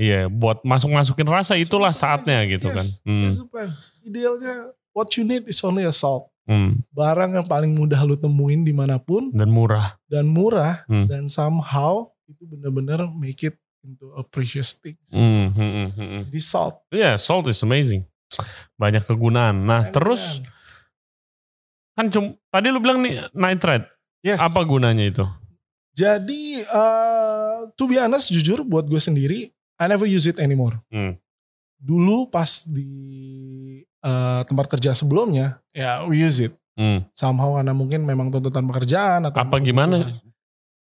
[SPEAKER 1] Iya, buat masuk-masukin rasa itulah
[SPEAKER 2] Masuk-masukin
[SPEAKER 1] saatnya
[SPEAKER 2] aja,
[SPEAKER 1] gitu
[SPEAKER 2] yes.
[SPEAKER 1] kan. Hmm.
[SPEAKER 2] That's the plan. Idealnya what you need is only a salt.
[SPEAKER 1] Hmm.
[SPEAKER 2] Barang yang paling mudah lu temuin dimanapun
[SPEAKER 1] Dan murah.
[SPEAKER 2] dan murah
[SPEAKER 1] Hmm.
[SPEAKER 2] dan somehow itu bener-bener make it into a precious thing.
[SPEAKER 1] Hmm, hmm, hmm, hmm, hmm.
[SPEAKER 2] Jadi salt.
[SPEAKER 1] Iya, salt is amazing. Banyak kegunaan. Nah, terus kan cum, tadi lu bilang nih nitrate,
[SPEAKER 2] Yes.
[SPEAKER 1] apa gunanya itu?
[SPEAKER 2] Jadi eh to be honest jujur buat gue sendiri I never use it anymore.
[SPEAKER 1] Hmm.
[SPEAKER 2] Dulu pas di eh, tempat kerja sebelumnya ya we use it.
[SPEAKER 1] Hmm.
[SPEAKER 2] Somehow karena mungkin memang tuntutan pekerjaan atau
[SPEAKER 1] Apa gimana?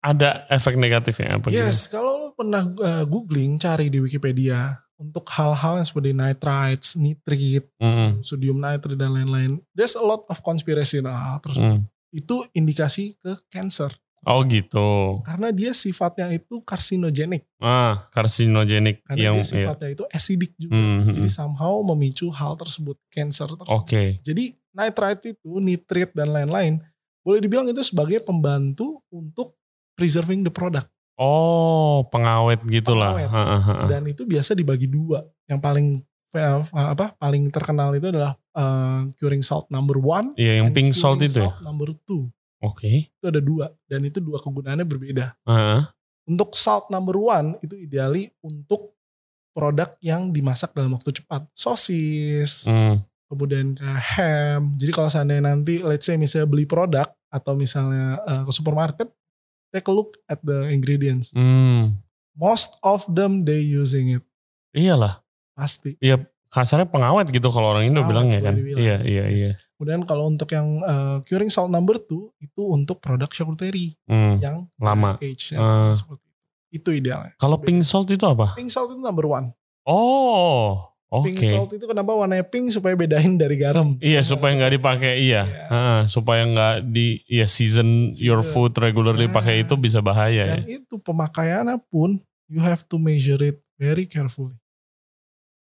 [SPEAKER 1] Ada efek negatifnya apa gimana?
[SPEAKER 2] Yes, kalau lo pernah eh, googling cari di Wikipedia untuk hal-hal yang seperti nitrites, nitrit,
[SPEAKER 1] Hmm,
[SPEAKER 2] sodium nitrit dan lain-lain. There's a lot of conspiracy nah, terus
[SPEAKER 1] hmm.
[SPEAKER 2] itu indikasi ke cancer
[SPEAKER 1] Oh gitu.
[SPEAKER 2] karena dia sifatnya itu karsinogenik.
[SPEAKER 1] Ah, karsinogenik
[SPEAKER 2] karena
[SPEAKER 1] yang
[SPEAKER 2] dia
[SPEAKER 1] iya.
[SPEAKER 2] sifatnya itu acidic juga.
[SPEAKER 1] Hmm, hmm,
[SPEAKER 2] Jadi
[SPEAKER 1] hmm.
[SPEAKER 2] somehow memicu hal tersebut, cancer tersebut.
[SPEAKER 1] Oke.
[SPEAKER 2] Jadi nitrite itu, nitrit dan lain-lain, boleh dibilang itu sebagai pembantu untuk preserving the product.
[SPEAKER 1] Oh, pengawet gitulah.
[SPEAKER 2] Pengawet.
[SPEAKER 1] Ha, ha, ha.
[SPEAKER 2] Dan itu biasa dibagi dua. Yang paling eh, apa paling terkenal itu adalah eh, curing salt number one.
[SPEAKER 1] Iya, yang
[SPEAKER 2] and
[SPEAKER 1] pink salt
[SPEAKER 2] curing
[SPEAKER 1] itu ya.
[SPEAKER 2] salt number two.
[SPEAKER 1] Oke.
[SPEAKER 2] Itu ada dua. Dan itu dua kegunaannya berbeda.
[SPEAKER 1] Heeh.
[SPEAKER 2] Untuk salt number one, itu ideali untuk produk yang dimasak dalam waktu cepat. Sosis,
[SPEAKER 1] Hmm.
[SPEAKER 2] kemudian ke ham. Jadi kalau seandainya nanti let's say misalnya beli produk atau misalnya eh, ke supermarket, take a look at the ingredients.
[SPEAKER 1] Hmm.
[SPEAKER 2] Most of them they using it
[SPEAKER 1] Iyalah.
[SPEAKER 2] pasti.
[SPEAKER 1] Kasarnya pengawet gitu kalau orang Indo
[SPEAKER 2] Pengawet,
[SPEAKER 1] bilangnya
[SPEAKER 2] boleh
[SPEAKER 1] kan.
[SPEAKER 2] dibilang.
[SPEAKER 1] Iya, iya, iya.
[SPEAKER 2] Kemudian kalau untuk yang eh, curing salt number 2 itu untuk produk charcuterie
[SPEAKER 1] Hmm.
[SPEAKER 2] yang
[SPEAKER 1] Lama.
[SPEAKER 2] age
[SPEAKER 1] Ah.
[SPEAKER 2] seperti itu. Itu idealnya.
[SPEAKER 1] Kalau pink salt itu apa?
[SPEAKER 2] Pink salt itu number one.
[SPEAKER 1] Oh, oke.
[SPEAKER 2] Pink salt itu kenapa warnanya pink supaya bedain dari garam.
[SPEAKER 1] Iya, supaya nggak dipakai. Iya,
[SPEAKER 2] Iya.
[SPEAKER 1] Heeh, supaya nggak di ya season, your
[SPEAKER 2] Season.
[SPEAKER 1] food regularly
[SPEAKER 2] Ah. Iya.
[SPEAKER 1] pakai itu bisa bahaya. Ya.
[SPEAKER 2] Dan itu pemakaiannya pun you have to measure it very carefully.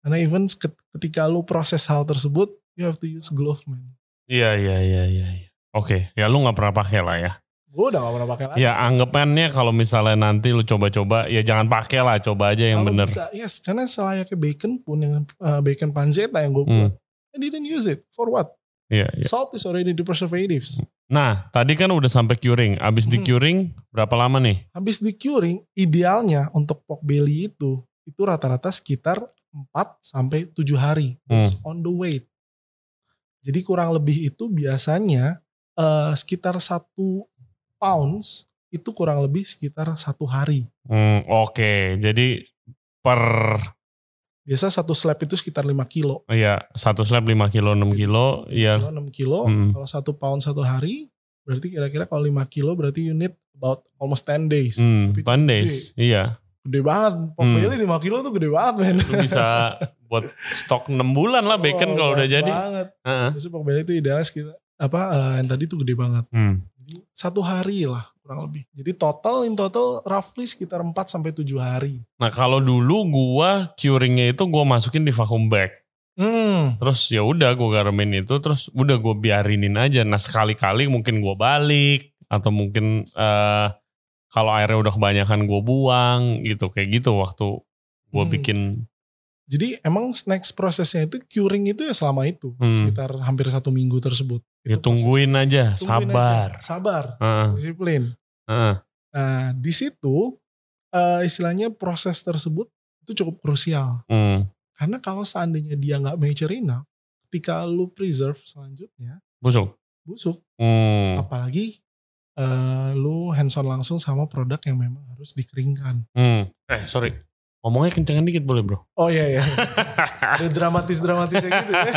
[SPEAKER 2] Karena even ket- ketika lu proses hal tersebut, you have to use glove man.
[SPEAKER 1] Iya, iya, iya, iya. iya. Oke, ya lu nggak pernah pakai lah ya.
[SPEAKER 2] Gue udah gak pernah pakai lagi.
[SPEAKER 1] Ya
[SPEAKER 2] sih.
[SPEAKER 1] anggapannya kalau misalnya nanti lu coba-coba, ya jangan pakai lah, coba aja yang
[SPEAKER 2] Kalau
[SPEAKER 1] bener.
[SPEAKER 2] bisa, Yes, karena selayaknya bacon pun yang uh, bacon pancetta yang gue
[SPEAKER 1] Hmm.
[SPEAKER 2] buat, I didn't use it. For what?
[SPEAKER 1] Iya, iya.
[SPEAKER 2] Salt is already the preservatives.
[SPEAKER 1] Nah, tadi kan udah sampai curing. Abis di
[SPEAKER 2] Mhm.
[SPEAKER 1] curing berapa lama nih?
[SPEAKER 2] Habis di curing, idealnya untuk pork belly itu, itu rata-rata sekitar 4 sampai 7 hari based
[SPEAKER 1] Hmm.
[SPEAKER 2] on the weight. Jadi kurang lebih itu biasanya eh, sekitar 1 pounds itu kurang lebih sekitar satu hari.
[SPEAKER 1] Hmm, Oke, jadi per
[SPEAKER 2] Biasa satu slab itu sekitar 5 kilo.
[SPEAKER 1] ya satu slab 5 kilo 6 kilo ya
[SPEAKER 2] Kalau 6 kilo,
[SPEAKER 1] Hmm.
[SPEAKER 2] kalau satu pound satu hari, berarti kira-kira kalau 5 kilo berarti you need about almost 10 days.
[SPEAKER 1] hmm, 10 days. Iya.
[SPEAKER 2] Gede banget. Pork
[SPEAKER 1] Hmm.
[SPEAKER 2] belly 5 kilo tuh gede banget,
[SPEAKER 1] [laughs]
[SPEAKER 2] men.
[SPEAKER 1] Lu bisa buat stok 6 bulan lah bacon Oh,
[SPEAKER 2] Wah,
[SPEAKER 1] kalau udah
[SPEAKER 2] banyak
[SPEAKER 1] jadi.
[SPEAKER 2] banget.
[SPEAKER 1] Heeh.
[SPEAKER 2] Biasanya pork belly itu idealnya sekitar apa eh, yang tadi tuh gede banget.
[SPEAKER 1] Hmm.
[SPEAKER 2] Jadi satu hari lah kurang lebih. Jadi total in total roughly sekitar 4 sampai 7 hari.
[SPEAKER 1] Nah, kalau dulu gua curingnya itu gua masukin di vacuum bag.
[SPEAKER 2] Hmm.
[SPEAKER 1] Terus ya udah gue garamin itu terus udah gue biarinin aja. Nah sekali-kali mungkin gue balik atau mungkin eh kalau airnya udah kebanyakan gue buang gitu kayak gitu waktu gue
[SPEAKER 2] Hmm.
[SPEAKER 1] bikin
[SPEAKER 2] Jadi emang next prosesnya itu curing itu ya selama itu
[SPEAKER 1] Hmm.
[SPEAKER 2] sekitar hampir satu minggu tersebut.
[SPEAKER 1] ya
[SPEAKER 2] Itu
[SPEAKER 1] tungguin aja
[SPEAKER 2] proses. Tungguin
[SPEAKER 1] sabar.
[SPEAKER 2] aja. Sabar,
[SPEAKER 1] Heeh,
[SPEAKER 2] disiplin.
[SPEAKER 1] heeh.
[SPEAKER 2] Nah, di situ eh, istilahnya proses tersebut itu cukup krusial.
[SPEAKER 1] Hmm.
[SPEAKER 2] Karena kalau seandainya dia nggak mature enough, ketika lu preserve selanjutnya
[SPEAKER 1] Busuk.
[SPEAKER 2] busuk.
[SPEAKER 1] Hmm.
[SPEAKER 2] Apalagi eh, lu hands on langsung sama produk yang memang harus dikeringkan.
[SPEAKER 1] Hmm. Eh sorry. Ngomongnya kencengan dikit boleh bro.
[SPEAKER 2] Oh
[SPEAKER 1] [laughs]
[SPEAKER 2] iya ya, ada dramatis-dramatisnya gitu ya.
[SPEAKER 1] [laughs]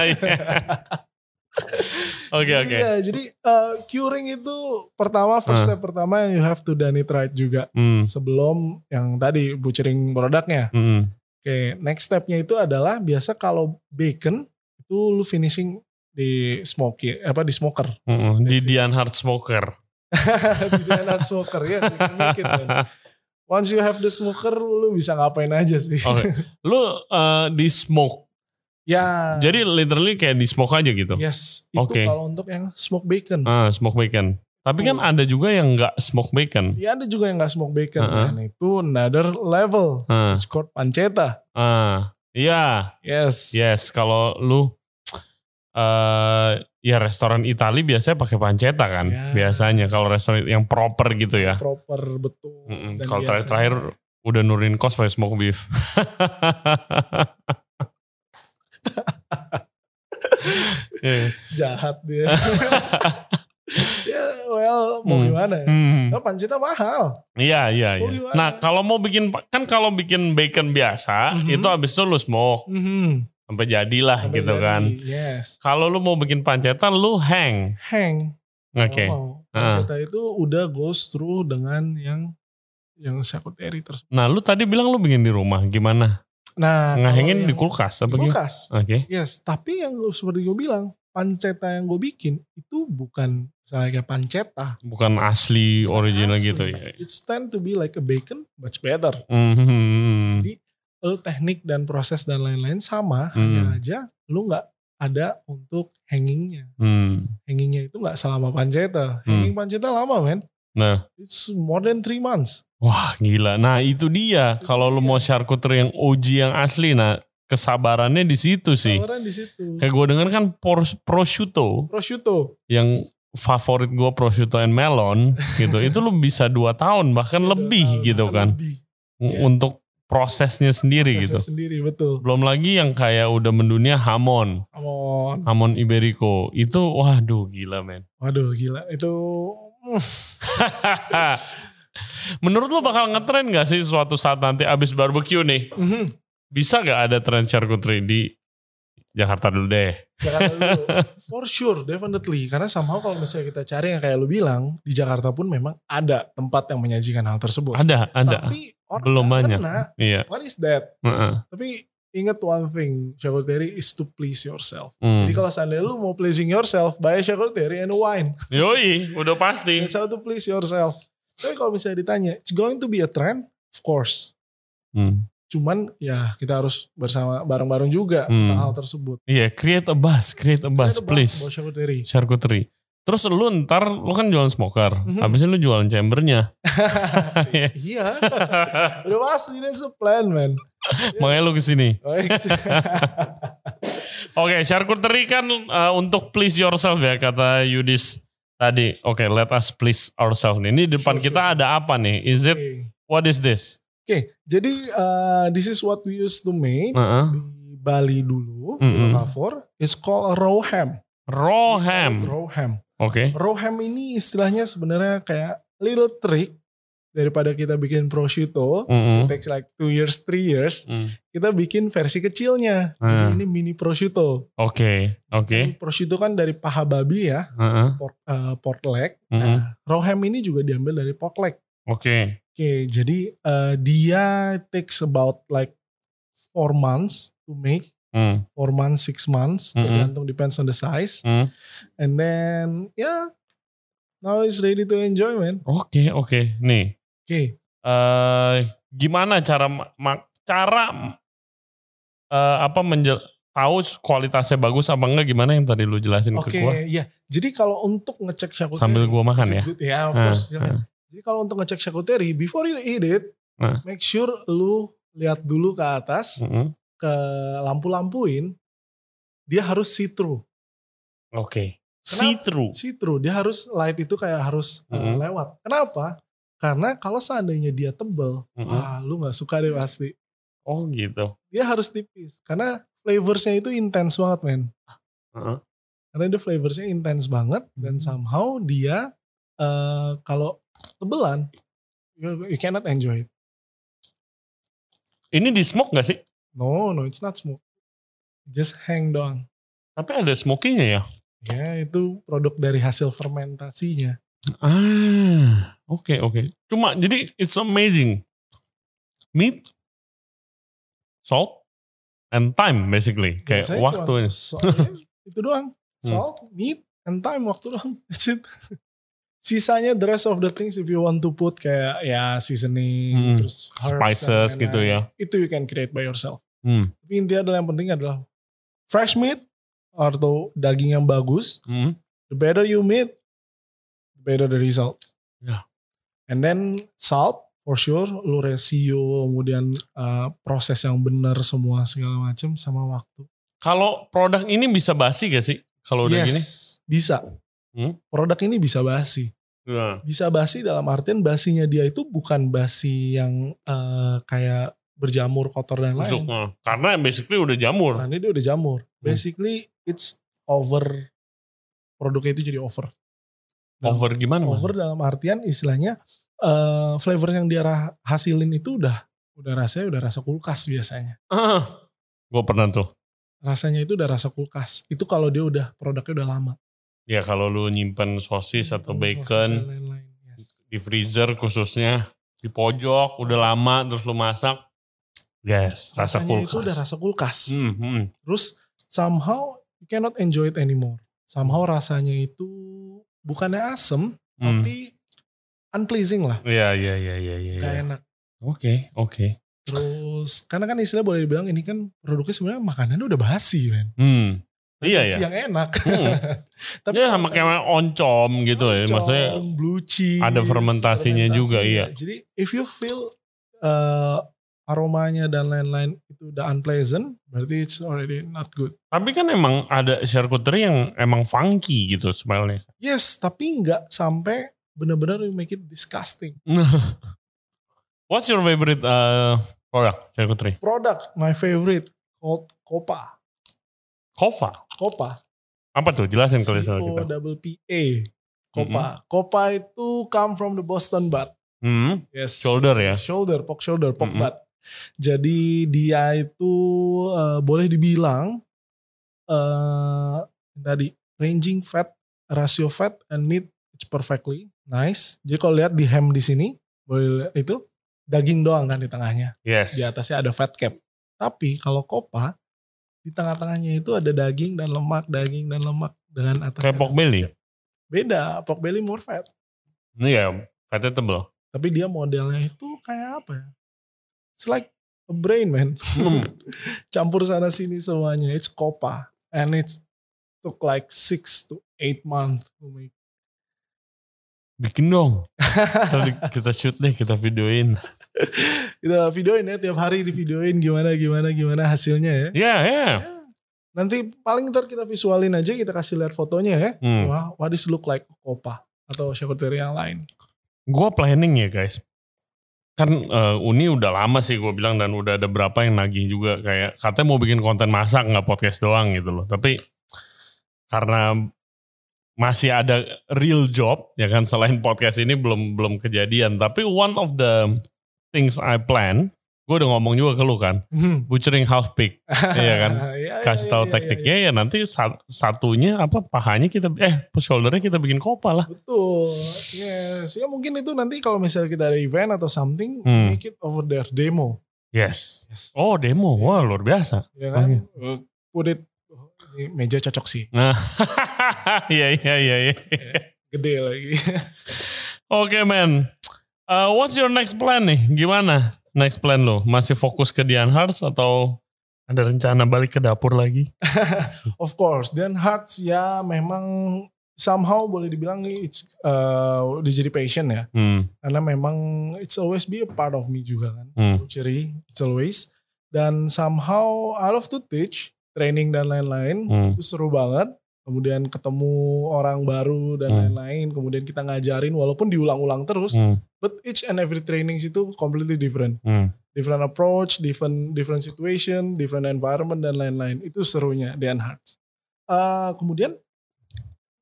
[SPEAKER 1] Oke oke.
[SPEAKER 2] Iya, jadi eh, curing itu pertama first
[SPEAKER 1] Hmm.
[SPEAKER 2] step pertama yang you have to done it right juga
[SPEAKER 1] Hmm.
[SPEAKER 2] sebelum yang tadi butchering produknya.
[SPEAKER 1] Hmm.
[SPEAKER 2] Oke, next stepnya itu adalah biasa kalau bacon itu lu finishing di smoky apa di smoker. [laughs]
[SPEAKER 1] Hmm. Di
[SPEAKER 2] That's it.
[SPEAKER 1] Dian Hard Smoker.
[SPEAKER 2] di Leonard smoker ya, you can make it,
[SPEAKER 1] [laughs]
[SPEAKER 2] man. Once you have the smoker lu bisa ngapain aja sih.
[SPEAKER 1] Oke. Lu eh, di smoke.
[SPEAKER 2] ya.
[SPEAKER 1] Jadi literally kayak di smoke aja
[SPEAKER 2] Iya.
[SPEAKER 1] gitu.
[SPEAKER 2] Yes, itu
[SPEAKER 1] Oke.
[SPEAKER 2] kalau untuk yang smoke bacon.
[SPEAKER 1] Ah, smoke bacon. Tapi kan ada juga yang nggak smoke bacon.
[SPEAKER 2] Ya ada juga yang nggak smoke bacon,
[SPEAKER 1] Uh-uh.
[SPEAKER 2] dan itu another level.
[SPEAKER 1] Ah,
[SPEAKER 2] Scott Panceta.
[SPEAKER 1] ah, iya,
[SPEAKER 2] Yes.
[SPEAKER 1] yes. Kalau lu eh ya restoran Itali biasanya pakai pancetta kan,
[SPEAKER 2] Ya.
[SPEAKER 1] biasanya kalau restoran yang proper gitu ya. Hmm.
[SPEAKER 2] Proper betul.
[SPEAKER 1] Mm-mm.
[SPEAKER 2] Dan
[SPEAKER 1] Kalau
[SPEAKER 2] biasa.
[SPEAKER 1] terakhir, terakhir udah nurin kos pakai smoke
[SPEAKER 2] [laughs]
[SPEAKER 1] beef. Iya.
[SPEAKER 2] jahat
[SPEAKER 1] [laughs]
[SPEAKER 2] dia. [laughs] ya well mau
[SPEAKER 1] Hmm.
[SPEAKER 2] gimana ya?
[SPEAKER 1] Hmm.
[SPEAKER 2] Nah, Panceta mahal.
[SPEAKER 1] Iya iya iya.
[SPEAKER 2] Mau gimana?
[SPEAKER 1] Nah kalau mau bikin kan kalau bikin bacon biasa
[SPEAKER 2] Mhm.
[SPEAKER 1] itu habis itu lu smoke sampai jadilah
[SPEAKER 2] Hmm. Sampai
[SPEAKER 1] gitu
[SPEAKER 2] jadi,
[SPEAKER 1] kan.
[SPEAKER 2] Yes.
[SPEAKER 1] Kalau lu mau bikin pancetan lu hang.
[SPEAKER 2] Hang.
[SPEAKER 1] Oke.
[SPEAKER 2] Kalau mau. Panceta itu udah goes through dengan yang yang charcuterie tersebut.
[SPEAKER 1] Nah, lu tadi bilang lu bikin di rumah. Gimana?
[SPEAKER 2] Nah, kalau
[SPEAKER 1] Ngehangin
[SPEAKER 2] yang
[SPEAKER 1] di kulkas apa gimana?
[SPEAKER 2] kulkas.
[SPEAKER 1] Oke.
[SPEAKER 2] Yes, tapi yang lu- seperti gue bilang, panceta yang gue bikin itu bukan misalnya kayak panceta.
[SPEAKER 1] Bukan asli original
[SPEAKER 2] Asli.
[SPEAKER 1] gitu ya.
[SPEAKER 2] It's tend to be like a bacon, much better.
[SPEAKER 1] Mhm.
[SPEAKER 2] Jadi lu teknik dan proses dan lain-lain sama,
[SPEAKER 1] Hmm.
[SPEAKER 2] hanya aja lu nggak ada untuk hangingnya.
[SPEAKER 1] Hmm.
[SPEAKER 2] Hangingnya itu nggak selama panceta. Hanging panceta lama men.
[SPEAKER 1] Nah.
[SPEAKER 2] It's more than three months.
[SPEAKER 1] Wah, gila. Nah, itu dia. Kalau lu mau charcuterie yang OG yang asli, nah kesabarannya di situ sih.
[SPEAKER 2] Tawaran di situ.
[SPEAKER 1] Kayak gue denger kan por- prosciutto
[SPEAKER 2] Prosciutto.
[SPEAKER 1] yang favorit gue prosciutto and melon gitu. itu lu bisa dua tahun bahkan
[SPEAKER 2] Bisa dua
[SPEAKER 1] lebih
[SPEAKER 2] tahun,
[SPEAKER 1] gitu
[SPEAKER 2] bahkan
[SPEAKER 1] kan.
[SPEAKER 2] Lebih.
[SPEAKER 1] Un- Untuk prosesnya sendiri
[SPEAKER 2] Prosesnya
[SPEAKER 1] gitu.
[SPEAKER 2] Sendiri betul.
[SPEAKER 1] Belum lagi yang kayak udah mendunia hamon.
[SPEAKER 2] Come on.
[SPEAKER 1] Hamon Iberico itu waduh gila men.
[SPEAKER 2] Waduh gila itu. mm,
[SPEAKER 1] Menurut lu bakal ngetren gak sih suatu saat nanti abis barbecue nih?
[SPEAKER 2] mhm.
[SPEAKER 1] Bisa gak ada tren charcuterie di Jakarta dulu deh?
[SPEAKER 2] Jakarta dulu. For sure, definitely. Karena somehow kalau misalnya kita cari yang kayak lu bilang, di Jakarta pun memang ada tempat yang menyajikan hal tersebut.
[SPEAKER 1] Ada, ada.
[SPEAKER 2] Tapi orang
[SPEAKER 1] Belum
[SPEAKER 2] nggak
[SPEAKER 1] banyak.
[SPEAKER 2] kena,
[SPEAKER 1] Iya.
[SPEAKER 2] what is that?
[SPEAKER 1] Heeh.
[SPEAKER 2] Tapi ingat one thing, charcuterie is to please yourself.
[SPEAKER 1] Hmm.
[SPEAKER 2] Jadi kalau seandainya lu mau pleasing yourself, buy a charcuterie and a wine.
[SPEAKER 1] Yoi, udah pasti.
[SPEAKER 2] That's how to please yourself. Tapi kalau misalnya ditanya, it's going to be a trend? Of course.
[SPEAKER 1] Hmm.
[SPEAKER 2] Cuman ya kita harus bersama bareng-bareng juga
[SPEAKER 1] Hmm.
[SPEAKER 2] tentang hal tersebut.
[SPEAKER 1] Iya, create a buzz, create a buzz,
[SPEAKER 2] Kita bahas
[SPEAKER 1] please.
[SPEAKER 2] about charcuterie.
[SPEAKER 1] Charcuterie. Terus lu ntar, lu kan jualan smoker.
[SPEAKER 2] Mhm.
[SPEAKER 1] Habisnya lu jualan
[SPEAKER 2] [laughs]
[SPEAKER 1] chambernya.
[SPEAKER 2] Iya. Udah pasti that's the plan man.
[SPEAKER 1] Makanya lu kesini. [laughs]
[SPEAKER 2] Baik.
[SPEAKER 1] Oke, charcuterie kan uh, untuk please yourself ya kata Yudis tadi. Oke, let us please ourselves nih. Ini di depan
[SPEAKER 2] Sure,
[SPEAKER 1] kita
[SPEAKER 2] sure.
[SPEAKER 1] ada apa nih? Is it
[SPEAKER 2] Oke.
[SPEAKER 1] what is this?
[SPEAKER 2] Oke, jadi uh, this is what we used to make
[SPEAKER 1] Heeh.
[SPEAKER 2] di Bali dulu, di
[SPEAKER 1] Mm-mm.
[SPEAKER 2] Lokavor. It's called raw ham.
[SPEAKER 1] Mm-hmm. Raw
[SPEAKER 2] We call
[SPEAKER 1] ham.
[SPEAKER 2] it Iya, Raw ham.
[SPEAKER 1] Oke.
[SPEAKER 2] Raw ham ini istilahnya sebenarnya kayak little trick daripada kita bikin prosciutto,
[SPEAKER 1] Mm-mm.
[SPEAKER 2] it takes like two years, three years.
[SPEAKER 1] Mm.
[SPEAKER 2] Kita bikin versi kecilnya. Jadi
[SPEAKER 1] Ah.
[SPEAKER 2] ini mini prosciutto.
[SPEAKER 1] Oke, oke.
[SPEAKER 2] Prosciutto kan dari paha babi ya,
[SPEAKER 1] Heeh.
[SPEAKER 2] pork, eh, pork leg.
[SPEAKER 1] Mm-mm.
[SPEAKER 2] Nah, raw ham ini juga diambil dari pork leg.
[SPEAKER 1] Oke.
[SPEAKER 2] Oke, jadi eh, dia takes about like four months to make,
[SPEAKER 1] Mm.
[SPEAKER 2] four months, six months,
[SPEAKER 1] Mm-mm.
[SPEAKER 2] tergantung depends on the size.
[SPEAKER 1] Mm.
[SPEAKER 2] And then yeah, now it's ready to enjoy, man.
[SPEAKER 1] Oke, oke. Nih,
[SPEAKER 2] Oke,
[SPEAKER 1] eh gimana cara ma- ma- cara eh, apa menjel tahu kualitasnya bagus apa enggak gimana yang tadi lu jelasin
[SPEAKER 2] oke,
[SPEAKER 1] ke gua
[SPEAKER 2] ya. Jadi kalau untuk ngecek charcuterie
[SPEAKER 1] sambil gua makan ya.
[SPEAKER 2] tersebut- ya, of
[SPEAKER 1] Ah,
[SPEAKER 2] course, silakan. Jadi kalau untuk ngecek charcuterie, before you eat it,
[SPEAKER 1] Ah. Hmm.
[SPEAKER 2] make sure lu lihat dulu ke atas,
[SPEAKER 1] Mm-mm.
[SPEAKER 2] ke lampu-lampuin, dia harus see through.
[SPEAKER 1] Oke. See through.
[SPEAKER 2] see through dia harus light itu kayak harus uh,
[SPEAKER 1] Mhm.
[SPEAKER 2] lewat kenapa Karena kalau seandainya dia tebel,
[SPEAKER 1] Mm-mm.
[SPEAKER 2] wah lu nggak suka deh pasti.
[SPEAKER 1] Oh gitu.
[SPEAKER 2] Dia harus tipis. Karena flavorsnya itu intens banget men.
[SPEAKER 1] Heeh.
[SPEAKER 2] Karena dia flavorsnya intens banget.
[SPEAKER 1] Hmm.
[SPEAKER 2] Dan somehow dia eh, kalau tebelan, you, you cannot enjoy it.
[SPEAKER 1] Ini di smoke gak sih?
[SPEAKER 2] No, no it's not smoke. Just hang doang.
[SPEAKER 1] Tapi ada smokinya ya?
[SPEAKER 2] Ya itu produk dari hasil fermentasinya.
[SPEAKER 1] Ah, oke oke. Cuma jadi it's amazing. Meat, salt, and time basically. Kayak
[SPEAKER 2] Biasanya
[SPEAKER 1] waktunya. Hmm.
[SPEAKER 2] Soalnya
[SPEAKER 1] [laughs]
[SPEAKER 2] itu doang. Salt, meat, and time waktu doang. [laughs] That's it. Sisanya the rest of the things if you want to put kayak ya seasoning,
[SPEAKER 1] Hmm.
[SPEAKER 2] terus herbs,
[SPEAKER 1] Spices
[SPEAKER 2] dan lain-lain.
[SPEAKER 1] gitu ya.
[SPEAKER 2] Itu you can create by yourself.
[SPEAKER 1] Hmm.
[SPEAKER 2] Tapi intinya adalah yang penting adalah fresh meat atau daging yang bagus.
[SPEAKER 1] Hmm.
[SPEAKER 2] The better you meat, the better the result.
[SPEAKER 1] Ya.
[SPEAKER 2] And then salt for sure, lu resio, kemudian uh, proses yang benar semua segala macam sama waktu.
[SPEAKER 1] Kalau produk ini bisa basi gak sih? Kalau udah
[SPEAKER 2] Yes,
[SPEAKER 1] gini?
[SPEAKER 2] Bisa.
[SPEAKER 1] Hmm?
[SPEAKER 2] Produk ini bisa basi.
[SPEAKER 1] Nah.
[SPEAKER 2] Bisa basi dalam artian basinya dia itu bukan basi yang eh, kayak berjamur kotor dan
[SPEAKER 1] Busuk,
[SPEAKER 2] lain.
[SPEAKER 1] nah. Karena basically udah jamur.
[SPEAKER 2] Nah, ini dia udah jamur.
[SPEAKER 1] Hmm.
[SPEAKER 2] Basically it's over produknya itu jadi over.
[SPEAKER 1] Hmm.
[SPEAKER 2] Nah,
[SPEAKER 1] Over gimana? Mas?
[SPEAKER 2] Over dalam artian istilahnya eh flavor yang dia rah- hasilin itu udah udah rasanya udah rasa kulkas biasanya.
[SPEAKER 1] Ah, gue pernah tuh.
[SPEAKER 2] Rasanya itu udah rasa kulkas. Itu kalau dia udah produknya udah lama.
[SPEAKER 1] Ya kalau lu nyimpen sosis atau
[SPEAKER 2] Sosis ya.
[SPEAKER 1] bacon
[SPEAKER 2] dan lain-lain. Yes.
[SPEAKER 1] di freezer khususnya di pojok udah lama terus lu masak. Yes, rasa
[SPEAKER 2] rasanya itu udah
[SPEAKER 1] kulkas.
[SPEAKER 2] rasa kulkas.
[SPEAKER 1] Hmm, hmm.
[SPEAKER 2] Terus somehow you cannot enjoy it anymore. Somehow rasanya itu bukannya asem
[SPEAKER 1] Hmm.
[SPEAKER 2] tapi unpleasing lah,
[SPEAKER 1] Iya, iya, iya, iya, iya.
[SPEAKER 2] nggak
[SPEAKER 1] iya.
[SPEAKER 2] enak.
[SPEAKER 1] Oke, oke.
[SPEAKER 2] Terus karena kan istilah boleh dibilang ini kan produknya sebenarnya makanannya udah basi men.
[SPEAKER 1] Hmm. Iya
[SPEAKER 2] Basi
[SPEAKER 1] ya.
[SPEAKER 2] yang enak.
[SPEAKER 1] Hmm.
[SPEAKER 2] [laughs] tapi
[SPEAKER 1] Ya sama
[SPEAKER 2] rasanya
[SPEAKER 1] kayak oncom gitu ya.
[SPEAKER 2] oncom,
[SPEAKER 1] Maksudnya
[SPEAKER 2] blue cheese,
[SPEAKER 1] ada fermentasinya juga, iya.
[SPEAKER 2] Jadi if you feel uh, aromanya dan lain-lain itu udah unpleasant, berarti it's already not good.
[SPEAKER 1] tapi kan emang ada charcuterie yang emang funky gitu smellnya.
[SPEAKER 2] Yes, tapi nggak sampai benar-benar you make it disgusting.
[SPEAKER 1] What's your favorite uh, product charcuterie?
[SPEAKER 2] Produk my favorite called Copa.
[SPEAKER 1] Kova.
[SPEAKER 2] Copa.
[SPEAKER 1] Apa tuh? Jelasin
[SPEAKER 2] C
[SPEAKER 1] kalau salah
[SPEAKER 2] O
[SPEAKER 1] kita. Mm-hmm.
[SPEAKER 2] double P A. Copa. Copa itu come from the Boston butt.
[SPEAKER 1] Hmm,
[SPEAKER 2] Yes.
[SPEAKER 1] shoulder Mm-hmm. ya.
[SPEAKER 2] Shoulder, pork shoulder, pork
[SPEAKER 1] Mm-mm.
[SPEAKER 2] butt. Jadi dia itu eh, boleh dibilang eh tadi ranging fat, ratio fat and meat it's perfectly nice. Jadi kalau lihat di ham di sini boleh lihat itu daging doang kan di tengahnya.
[SPEAKER 1] Yes.
[SPEAKER 2] di atasnya ada fat cap. Tapi kalau kopa di tengah-tengahnya itu ada daging dan lemak, daging dan lemak dengan atasnya.
[SPEAKER 1] Kayak pork belly.
[SPEAKER 2] Beda, pork belly more fat.
[SPEAKER 1] Ini ya, fatnya tebel.
[SPEAKER 2] Tapi dia modelnya itu kayak apa ya? It's like a brain man. [laughs]
[SPEAKER 1] Hmm.
[SPEAKER 2] Campur sana sini semuanya. It's kopa and it took like six to eight months to make.
[SPEAKER 1] Bikin dong. Ntar kita shoot deh, kita videoin.
[SPEAKER 2] Kita videoin ya tiap hari di videoin gimana gimana gimana hasilnya ya.
[SPEAKER 1] Ya, ya.
[SPEAKER 2] Nanti paling ntar kita visualin aja kita kasih lihat fotonya ya.
[SPEAKER 1] Hmm.
[SPEAKER 2] Wah, what is look like Copa atau charcuterie yang lain.
[SPEAKER 1] Gua planning ya guys. Kan eh, Uni udah lama sih gue bilang dan udah ada berapa yang nagih juga kayak katanya mau bikin konten masak nggak podcast doang gitu loh. Tapi karena masih ada real job ya kan selain podcast ini belum belum kejadian. Tapi one of the things I plan, gue udah ngomong juga ke lu kan,
[SPEAKER 2] Hmm.
[SPEAKER 1] butchering house pig, iya
[SPEAKER 2] [laughs]
[SPEAKER 1] kan? kasih
[SPEAKER 2] Iya,
[SPEAKER 1] tahu tekniknya ya nanti sa- satunya apa pahanya kita eh shouldernya kita bikin kopal lah
[SPEAKER 2] Betul. Yes. Ya mungkin itu nanti kalau misalnya kita ada event atau something,
[SPEAKER 1] Hmm.
[SPEAKER 2] make it over there demo.
[SPEAKER 1] yes
[SPEAKER 2] Yes.
[SPEAKER 1] oh demo
[SPEAKER 2] Iya.
[SPEAKER 1] wah luar biasa
[SPEAKER 2] Ya kan? Put it oh, ini meja cocok sih.
[SPEAKER 1] nah [laughs] iya iya iya iya.
[SPEAKER 2] Gede lagi. [laughs]
[SPEAKER 1] oke men Uh, what's your next plan nih gimana next plan lo masih fokus ke Dian Hars atau ada rencana balik ke dapur lagi
[SPEAKER 2] of course. Dan Hearts ya memang somehow boleh dibilang it's uh, udah jadi passion ya.
[SPEAKER 1] hmm,
[SPEAKER 2] Karena memang it's always be a part of me juga kan.
[SPEAKER 1] hmm.
[SPEAKER 2] Luxury, it's always. Dan somehow I love to teach, training dan lain-lain.
[SPEAKER 1] hmm.
[SPEAKER 2] Itu seru banget. kemudian ketemu orang baru dan
[SPEAKER 1] Hmm.
[SPEAKER 2] lain-lain kemudian kita ngajarin walaupun diulang-ulang terus
[SPEAKER 1] Hmm,
[SPEAKER 2] but each and every trainings itu completely different
[SPEAKER 1] hmm.
[SPEAKER 2] different approach different different situation different environment dan lain-lain itu serunya Dan Hearts Eh, kemudian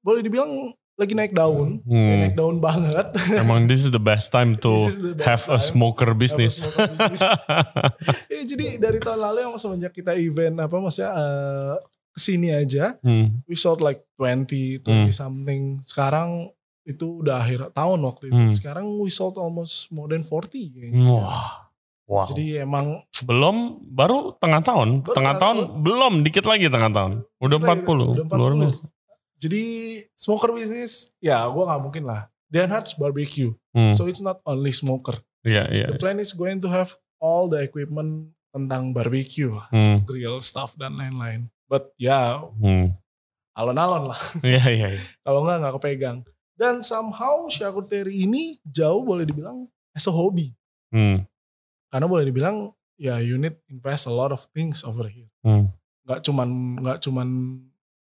[SPEAKER 2] boleh dibilang lagi naik daun
[SPEAKER 1] Hmm.
[SPEAKER 2] [laughs] naik daun banget
[SPEAKER 1] Emang this is the best time to
[SPEAKER 2] This is the best
[SPEAKER 1] have a
[SPEAKER 2] time.
[SPEAKER 1] smoker business.
[SPEAKER 2] Apa, smoker
[SPEAKER 1] [laughs]
[SPEAKER 2] business. Iya, jadi dari tahun lalu yang semenjak kita event apa maksudnya eh, kesini aja
[SPEAKER 1] Hmm,
[SPEAKER 2] we sold like 20 20
[SPEAKER 1] Hmm.
[SPEAKER 2] something sekarang itu udah akhir tahun waktu itu
[SPEAKER 1] Hmm.
[SPEAKER 2] sekarang we sold almost more than 40 kayaknya.
[SPEAKER 1] Wah. Wow.
[SPEAKER 2] jadi emang
[SPEAKER 1] belum baru tengah tahun,
[SPEAKER 2] Baru
[SPEAKER 1] tengah
[SPEAKER 2] tengah
[SPEAKER 1] tahun belum dikit lagi tengah tahun. Udah
[SPEAKER 2] Dikit lagi,
[SPEAKER 1] 40.
[SPEAKER 2] udah
[SPEAKER 1] Luar
[SPEAKER 2] 40.
[SPEAKER 1] biasa.
[SPEAKER 2] jadi smoker business ya gua nggak mungkin lah Dan Hart's barbecue
[SPEAKER 1] Hmm,
[SPEAKER 2] so it's not only smoker
[SPEAKER 1] Iya, iya.
[SPEAKER 2] the plan is going to have all the equipment tentang barbecue
[SPEAKER 1] Hmm,
[SPEAKER 2] grill stuff dan lain-lain but ya
[SPEAKER 1] hmm.
[SPEAKER 2] alon-alon lah [laughs]
[SPEAKER 1] Iya, iya. iya.
[SPEAKER 2] kalau nggak nggak kepegang dan somehow charcuterie ini jauh boleh dibilang as a hobby
[SPEAKER 1] Hmm,
[SPEAKER 2] karena boleh dibilang ya you need invest a lot of things over here
[SPEAKER 1] hmm.
[SPEAKER 2] nggak cuman nggak cuman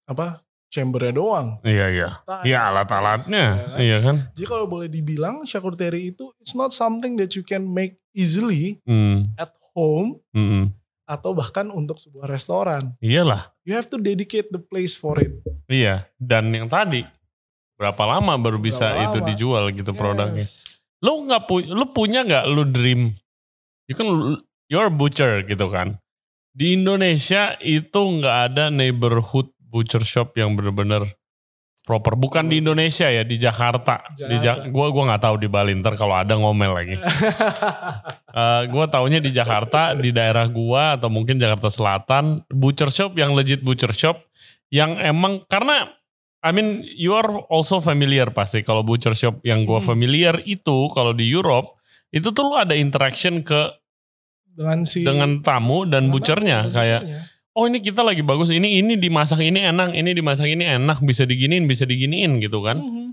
[SPEAKER 2] apa chambernya doang
[SPEAKER 1] Iya, iya.
[SPEAKER 2] Tiles,
[SPEAKER 1] Iya, alat-alatnya.
[SPEAKER 2] ya kan?
[SPEAKER 1] Iya kan?
[SPEAKER 2] jadi kalau boleh dibilang charcuterie itu it's not something that you can make easily
[SPEAKER 1] Hmm,
[SPEAKER 2] at home
[SPEAKER 1] hmm, hmm.
[SPEAKER 2] atau bahkan untuk sebuah restoran
[SPEAKER 1] Iyalah.
[SPEAKER 2] you have to dedicate the place for it
[SPEAKER 1] Iya. Dan yang tadi berapa lama baru bisa
[SPEAKER 2] Berapa
[SPEAKER 1] itu
[SPEAKER 2] lama?
[SPEAKER 1] dijual gitu produknya?
[SPEAKER 2] Yes. [laughs]
[SPEAKER 1] lu nggak pu- lu punya nggak lu dream you can you're a butcher gitu kan di Indonesia itu nggak ada neighborhood butcher shop yang bener-bener proper bukan di Indonesia ya di Jakarta, di Ja-
[SPEAKER 2] Jakarta.
[SPEAKER 1] gua gua nggak tahu di Bali ntar kalau ada ngomel lagi Eh gua taunya di Jakarta di daerah gua atau mungkin Jakarta Selatan butcher shop yang legit butcher shop yang emang karena I mean you are also familiar pasti kalau butcher shop yang gua
[SPEAKER 2] Hmm.
[SPEAKER 1] familiar itu kalau di Europe itu tuh lu ada interaction ke
[SPEAKER 2] dengan si
[SPEAKER 1] dengan tamu dan
[SPEAKER 2] dengan
[SPEAKER 1] butchernya
[SPEAKER 2] tamu,
[SPEAKER 1] kayak
[SPEAKER 2] butchernya.
[SPEAKER 1] oh ini kita lagi bagus ini ini dimasak ini enak ini dimasak ini enak bisa diginiin bisa diginiin gitu kan
[SPEAKER 2] Mhm.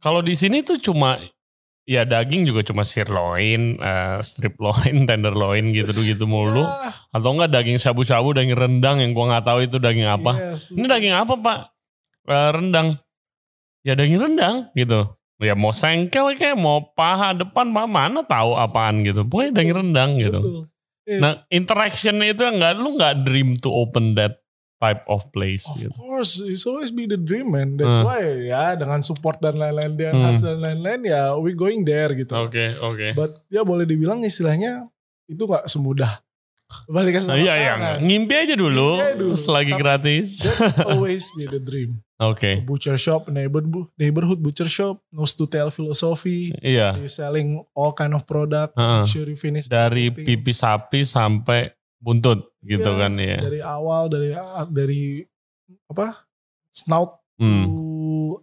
[SPEAKER 1] kalau di sini tuh cuma ya daging juga cuma sirloin eh, strip loin [laughs] tenderloin gitu gitu mulu
[SPEAKER 2] Ah,
[SPEAKER 1] atau enggak daging sabu-sabu daging rendang yang gua nggak tahu itu daging apa
[SPEAKER 2] Yes.
[SPEAKER 1] ini daging apa pak Eh, rendang ya daging rendang gitu ya mau sengkel kayak mau paha depan mah mana tahu apaan gitu pokoknya daging rendang gitu
[SPEAKER 2] Betul. Yes.
[SPEAKER 1] nah interactionnya itu enggak lu nggak dream to open that type of place
[SPEAKER 2] of
[SPEAKER 1] gitu
[SPEAKER 2] course, it's always be the dream man. That's
[SPEAKER 1] Hmm.
[SPEAKER 2] why ya dengan support dan lain-lain dan
[SPEAKER 1] Hmm.
[SPEAKER 2] arts dan lain-lain ya we going there gitu.
[SPEAKER 1] oke oke
[SPEAKER 2] But ya boleh dibilang istilahnya itu nggak semudah. Balikan
[SPEAKER 1] Nah, iya iya
[SPEAKER 2] tangan.
[SPEAKER 1] ngimpi aja dulu,
[SPEAKER 2] Ngimpi aja dulu.
[SPEAKER 1] selagi
[SPEAKER 2] Tapi-
[SPEAKER 1] gratis [laughs]
[SPEAKER 2] That's always be the dream.
[SPEAKER 1] oke
[SPEAKER 2] Butcher shop, neighbor neighborhood butcher shop, nose to tail philosophy.
[SPEAKER 1] iya
[SPEAKER 2] You selling all kind of product.
[SPEAKER 1] Heeh.
[SPEAKER 2] Sure you finish
[SPEAKER 1] Ah. dari
[SPEAKER 2] everything.
[SPEAKER 1] pipi sapi sampai buntut gitu
[SPEAKER 2] Iya,
[SPEAKER 1] kan ya
[SPEAKER 2] dari awal dari ah, dari apa snout
[SPEAKER 1] hmm.
[SPEAKER 2] to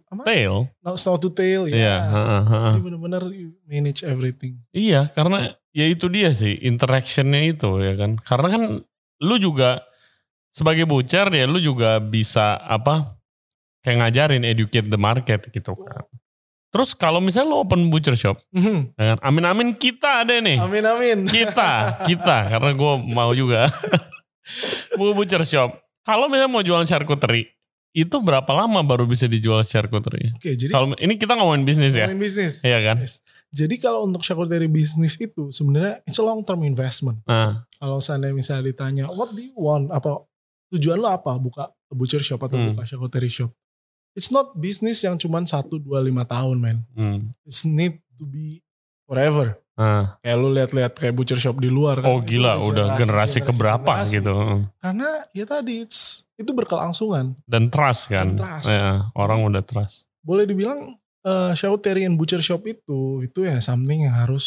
[SPEAKER 2] apa
[SPEAKER 1] tail
[SPEAKER 2] no, snout to tail ya
[SPEAKER 1] iya heeh, heeh.
[SPEAKER 2] jadi benar-benar you manage everything
[SPEAKER 1] Iya, karena ya itu dia sih interactionnya itu ya kan. Karena kan lu juga sebagai butcher ya lu juga bisa apa kayak ngajarin educate the market gitu kan. Terus kalau misalnya lu open butcher shop, ya kan? amin-amin kita ada nih.
[SPEAKER 2] [laughs] amin amin
[SPEAKER 1] Kita, kita karena gue mau juga [laughs] mau butcher shop. Kalau misalnya mau jualan charcuterie, itu berapa lama baru bisa dijual charcuterie?
[SPEAKER 2] oke jadi
[SPEAKER 1] Kalau ini kita ngomongin bisnis ya,
[SPEAKER 2] main bisnis
[SPEAKER 1] iya kan?
[SPEAKER 2] Yes. jadi kalau untuk charcuterie bisnis itu sebenarnya it's a long term investment
[SPEAKER 1] Nah,
[SPEAKER 2] kalau seandainya misalnya ditanya what do you want apa tujuan lo apa buka butcher shop atau
[SPEAKER 1] Hmm.
[SPEAKER 2] buka charcuterie shop it's not bisnis yang cuman 1, 2, 5 tahun man
[SPEAKER 1] hmm,
[SPEAKER 2] it's need to be forever
[SPEAKER 1] nah.
[SPEAKER 2] kayak lu lihat-lihat kayak butcher shop di luar kan.
[SPEAKER 1] Oh
[SPEAKER 2] Itu
[SPEAKER 1] gila,
[SPEAKER 2] ada
[SPEAKER 1] udah generasi, keberapa
[SPEAKER 2] generasi.
[SPEAKER 1] gitu.
[SPEAKER 2] karena ya tadi it's- itu berkelangsungan
[SPEAKER 1] Dan trust kan.
[SPEAKER 2] Dan trust.
[SPEAKER 1] Ya, orang udah trust.
[SPEAKER 2] boleh dibilang uh, charcuterie and butcher shop itu itu ya something yang harus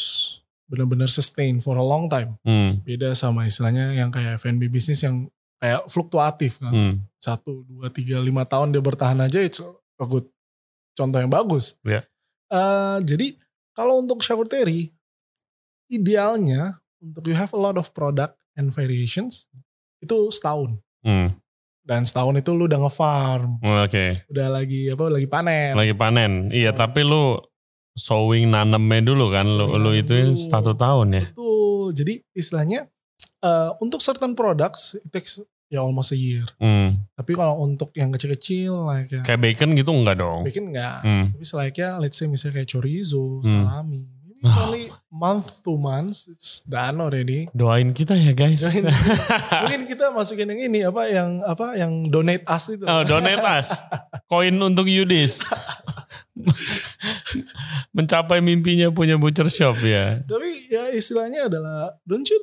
[SPEAKER 2] benar-benar sustain for a long time
[SPEAKER 1] Hmm.
[SPEAKER 2] beda sama istilahnya yang kayak F&B bisnis yang kayak fluktuatif kan
[SPEAKER 1] hmm.
[SPEAKER 2] satu dua tiga lima tahun dia bertahan aja itu a good contoh yang bagus
[SPEAKER 1] Iya.
[SPEAKER 2] Eh, jadi kalau untuk charcuterie idealnya untuk you have a lot of product and variations itu setahun
[SPEAKER 1] hmm.
[SPEAKER 2] dan setahun itu lu udah nge-farm
[SPEAKER 1] Oke,
[SPEAKER 2] udah lagi apa lagi panen
[SPEAKER 1] lagi panen. Iya,
[SPEAKER 2] Ya.
[SPEAKER 1] tapi lu sowing nanemnya dulu kan. Lu,
[SPEAKER 2] Sowing
[SPEAKER 1] lu
[SPEAKER 2] nanem
[SPEAKER 1] itu
[SPEAKER 2] dulu.
[SPEAKER 1] satu tahun ya.
[SPEAKER 2] betul jadi istilahnya eh, untuk certain products it takes ya almost a year.
[SPEAKER 1] Hmm.
[SPEAKER 2] Tapi kalau untuk yang kecil-kecil like ya,
[SPEAKER 1] Kayak bacon gitu enggak dong?
[SPEAKER 2] bikin nggak.
[SPEAKER 1] Hmm.
[SPEAKER 2] Tapi selayaknya let's say misalnya kayak chorizo,
[SPEAKER 1] Hmm.
[SPEAKER 2] salami. Ini
[SPEAKER 1] Oh.
[SPEAKER 2] only month to month, it's done already.
[SPEAKER 1] Doain kita ya guys. [laughs]
[SPEAKER 2] Doain. Mungkin kita masukin yang ini apa yang apa yang donate us itu.
[SPEAKER 1] Oh, donate us. Koin untuk
[SPEAKER 2] [laughs]
[SPEAKER 1] Yudis. Mencapai mimpinya punya butcher shop ya.
[SPEAKER 2] Tapi ya istilahnya adalah don't you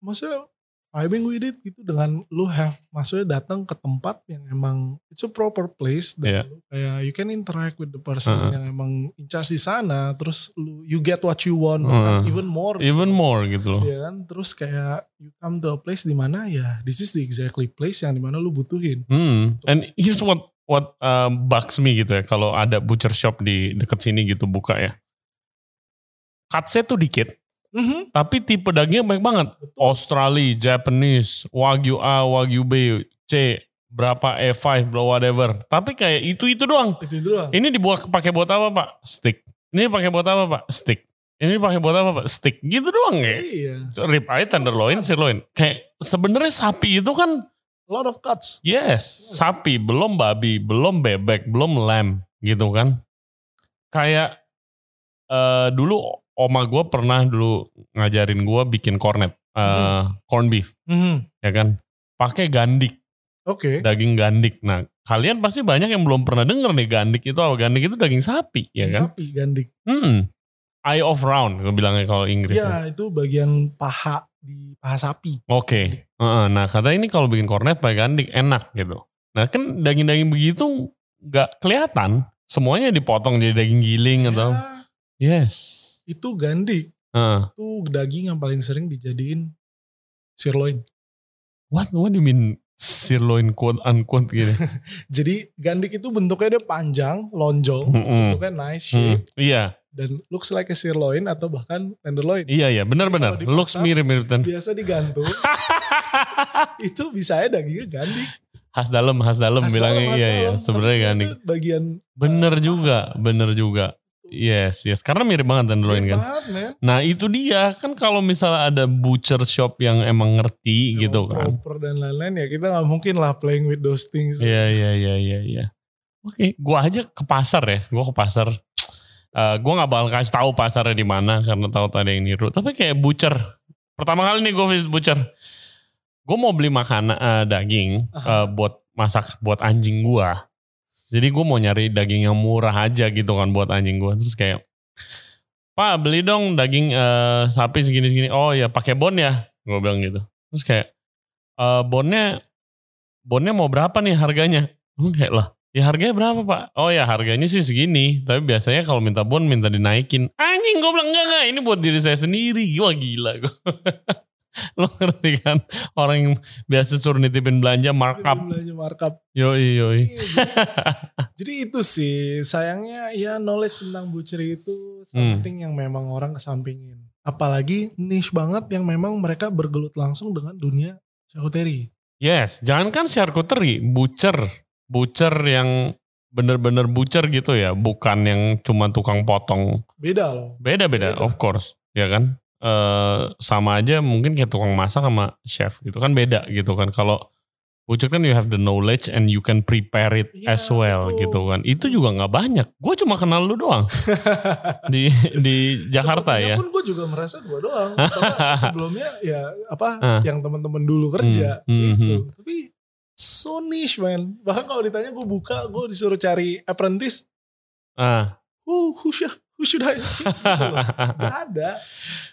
[SPEAKER 2] maksudnya vibing with it gitu dengan lu have maksudnya datang ke tempat yang emang it's a proper place dan
[SPEAKER 1] Iya.
[SPEAKER 2] lu kayak you can interact with the person
[SPEAKER 1] Heeh.
[SPEAKER 2] yang emang in charge di sana terus lu you get what you want
[SPEAKER 1] Heeh.
[SPEAKER 2] bahkan even more
[SPEAKER 1] Even more gitu loh.
[SPEAKER 2] ya kan terus kayak you come to a place di mana ya this is the exactly place yang dimana lu butuhin
[SPEAKER 1] Hmm. And here's what what uh, bugs me gitu ya. Kalau ada butcher shop di deket sini gitu buka ya. Cutsnya tuh dikit.
[SPEAKER 2] Mm-hmm.
[SPEAKER 1] Tapi tipe dagingnya banyak banget.
[SPEAKER 2] betul
[SPEAKER 1] Australia, Japanese, Wagyu A, Wagyu B, C, berapa E5, blah, whatever. Tapi kayak itu-itu doang.
[SPEAKER 2] itu doang
[SPEAKER 1] Ini dibuat pakai buat apa pak? Stick. Ini pakai buat apa pak? Stick. Ini pakai buat apa pak? Stick. Gitu doang ya.
[SPEAKER 2] iya
[SPEAKER 1] Rib eye, tenderloin, sirloin. Kayak sebenarnya sapi itu kan
[SPEAKER 2] a lot of cuts
[SPEAKER 1] Yes, sapi, belum babi, belum bebek, belum lamb gitu kan. Kayak eh dulu oma gue pernah dulu ngajarin gue bikin cornet, eh
[SPEAKER 2] Hmm.
[SPEAKER 1] corn beef ya kan. Pakai gandik,
[SPEAKER 2] Mm-hmm. oke
[SPEAKER 1] daging gandik. Nah kalian pasti banyak yang belum pernah denger nih gandik itu apa. Gandik itu daging sapi ya kan.
[SPEAKER 2] sapi gandik
[SPEAKER 1] Hmm. Eye of round, gue bilangnya kalau Inggris.
[SPEAKER 2] Ya itu bagian paha di paha sapi.
[SPEAKER 1] Oke. Heeh, Nah kata ini kalau bikin kornet pakai gandik enak gitu. Nah kan daging-daging begitu nggak kelihatan. Semuanya dipotong jadi daging giling atau
[SPEAKER 2] Ya,
[SPEAKER 1] yes.
[SPEAKER 2] itu gandik,
[SPEAKER 1] Heeh.
[SPEAKER 2] itu daging yang paling sering dijadiin sirloin.
[SPEAKER 1] what what do you mean sirloin quote unquote gitu?
[SPEAKER 2] Jadi gandik itu bentuknya dia panjang, lonjong,
[SPEAKER 1] Mm-mm.
[SPEAKER 2] bentuknya nice
[SPEAKER 1] Mm.
[SPEAKER 2] shape
[SPEAKER 1] Iya
[SPEAKER 2] dan looks like a sirloin atau bahkan tenderloin.
[SPEAKER 1] iya iya benar-benar
[SPEAKER 2] Jadi kalau
[SPEAKER 1] looks
[SPEAKER 2] dipotong-
[SPEAKER 1] mirip-mirip ten.
[SPEAKER 2] Biasa
[SPEAKER 1] [laughs]
[SPEAKER 2] digantung, itu bisa ya dagingnya gandik.
[SPEAKER 1] khas dalam khas dalam
[SPEAKER 2] Khas
[SPEAKER 1] bilangnya
[SPEAKER 2] dalam, khas
[SPEAKER 1] iya iya
[SPEAKER 2] dalam. Tapi
[SPEAKER 1] sebenarnya gandik.
[SPEAKER 2] itu Bagian
[SPEAKER 1] Bener juga bener juga. Yes yes karena mirip banget tenderloin kan.
[SPEAKER 2] banget, men.
[SPEAKER 1] Nah itu dia kan kalau misalnya ada butcher shop yang emang ngerti
[SPEAKER 2] Iya,
[SPEAKER 1] gitu kan.
[SPEAKER 2] Proper dan lain-lain ya kita nggak mungkin lah playing with those things.
[SPEAKER 1] Iya iya iya iya iya. Oke, gua aja ke pasar ya. Gua ke pasar. Eh gua nggak bakal kasih tahu pasarnya di mana karena tahu ada yang niru. Tapi kayak butcher. Pertama kali nih gue visit butcher. Gue mau beli makanan eh, daging eh, buat masak buat anjing gua. Jadi gue mau nyari daging yang murah aja gitu kan buat anjing gua. Terus kayak Pak beli dong daging eh, sapi segini-segini. Oh ya pakai bon ya. Gue bilang gitu. Terus kayak eh, bonnya bonnya mau berapa nih harganya? Hmm, kayak lah, ya harganya berapa pak? Oh ya harganya sih segini, tapi biasanya kalau minta bon minta dinaikin. Anjing gue bilang enggak enggak, ini buat diri saya sendiri. Gua [laughs] gila gue. Lo ngerti kan orang yang biasa suruh nitipin belanja markup.
[SPEAKER 2] Belanja markup.
[SPEAKER 1] Yoi yoi.
[SPEAKER 2] Iya, [laughs] Jadi itu sih sayangnya ya knowledge tentang butcher itu
[SPEAKER 1] Hmm.
[SPEAKER 2] something yang memang orang kesampingin. Apalagi niche banget yang memang mereka bergelut langsung dengan dunia charcuterie.
[SPEAKER 1] Yes, kan jangankan charcuterie, butcher, butcher yang bener-bener butcher gitu ya, bukan yang cuma tukang potong
[SPEAKER 2] Beda loh.
[SPEAKER 1] Beda-beda,
[SPEAKER 2] Beda.
[SPEAKER 1] of course, ya kan? eh sama aja mungkin kayak tukang masak sama chef gitu kan beda gitu kan. Kalau butcher kan you have the knowledge and you can prepare it
[SPEAKER 2] Iya,
[SPEAKER 1] as well
[SPEAKER 2] betul.
[SPEAKER 1] gitu kan. Itu juga nggak banyak. Gue cuma kenal lu
[SPEAKER 2] [laughs]
[SPEAKER 1] doang di di Jakarta
[SPEAKER 2] Sepertinya
[SPEAKER 1] ya.
[SPEAKER 2] pun gue juga merasa gue
[SPEAKER 1] [laughs]
[SPEAKER 2] doang. Karena sebelumnya ya
[SPEAKER 1] Ah.
[SPEAKER 2] apa yang teman-teman dulu kerja
[SPEAKER 1] Hmm, hmm,
[SPEAKER 2] gitu. Tapi so niche man. Bahkan kalau ditanya gue buka, gue disuruh cari apprentice.
[SPEAKER 1] Ah.
[SPEAKER 2] Who, who, should, who should I? Gitu
[SPEAKER 1] [laughs]
[SPEAKER 2] loh. Gak ada.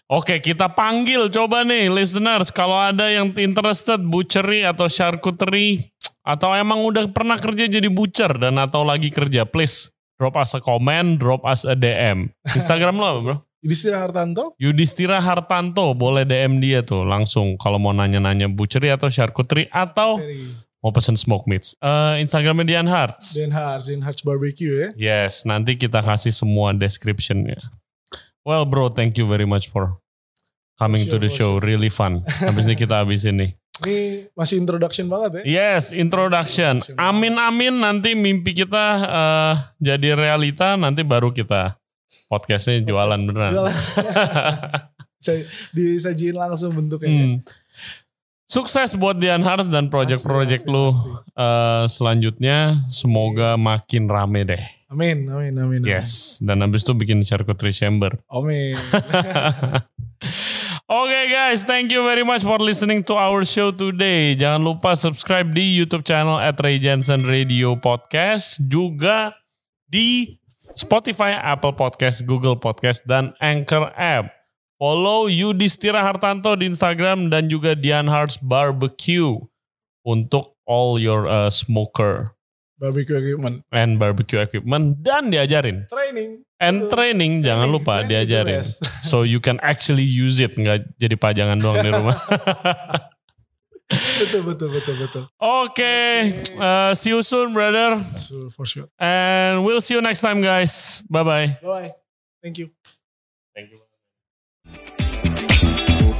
[SPEAKER 1] Oke, kita panggil coba nih listeners kalau ada yang interested butchery atau charcuterie atau emang udah pernah kerja jadi butcher dan atau lagi kerja, please drop us a comment, drop us a DM. Instagram lo apa, Bro?
[SPEAKER 2] Yudhistira Hartanto
[SPEAKER 1] Yudhistira Hartanto boleh DM dia tuh langsung kalau mau nanya-nanya butchery atau charcuterie atau
[SPEAKER 2] dari
[SPEAKER 1] mau pesen smoke meats. Eh Instagramnya Dian Hearts.
[SPEAKER 2] Den Harz, Den Harz Barbecue ya.
[SPEAKER 1] Yes, nanti kita kasih semua descriptionnya. Well bro, thank you very much for coming to
[SPEAKER 2] Sure,
[SPEAKER 1] the show.
[SPEAKER 2] sure.
[SPEAKER 1] Really fun. Habis ini kita habisin
[SPEAKER 2] [laughs]
[SPEAKER 1] nih.
[SPEAKER 2] Ini masih introduction banget ya.
[SPEAKER 1] Yes, introduction. Amin amin nanti mimpi kita eh, jadi realita nanti baru kita podcastnya jualan
[SPEAKER 2] [laughs]
[SPEAKER 1] [laughs] beneran.
[SPEAKER 2] Jualan. Saya disajin langsung bentuknya.
[SPEAKER 1] Hmm. Sukses buat Dian Hart dan project-project
[SPEAKER 2] Pasti,
[SPEAKER 1] lu
[SPEAKER 2] pasti, pasti.
[SPEAKER 1] eh, selanjutnya. Semoga makin rame deh.
[SPEAKER 2] Amin, amin, amin. amin.
[SPEAKER 1] Yes. Dan habis itu bikin charcuterie chamber. [laughs]
[SPEAKER 2] Amin.
[SPEAKER 1] Okay guys, thank you very much for listening to our show today. Jangan lupa subscribe di YouTube channel at Ray Jensen Radio Podcast. Juga di Spotify, Apple Podcast, Google Podcast, dan Anchor App. Follow Yudhistira Hartanto di Instagram dan juga Dian Hearts Barbecue untuk all your uh, smoker
[SPEAKER 2] Barbecue equipment.
[SPEAKER 1] and barbecue equipment dan diajarin.
[SPEAKER 2] Training.
[SPEAKER 1] And training jangan
[SPEAKER 2] Training,
[SPEAKER 1] lupa
[SPEAKER 2] training is the
[SPEAKER 1] diajarin.
[SPEAKER 2] best. [laughs]
[SPEAKER 1] So you can actually use it, nggak jadi pajangan doang di rumah. [laughs]
[SPEAKER 2] betul, betul, betul, betul.
[SPEAKER 1] Oke, uh, see you soon, brother,
[SPEAKER 2] So, for sure.
[SPEAKER 1] and we'll see you next time, guys. Bye bye.
[SPEAKER 2] Bye. Thank you.
[SPEAKER 1] Thank you.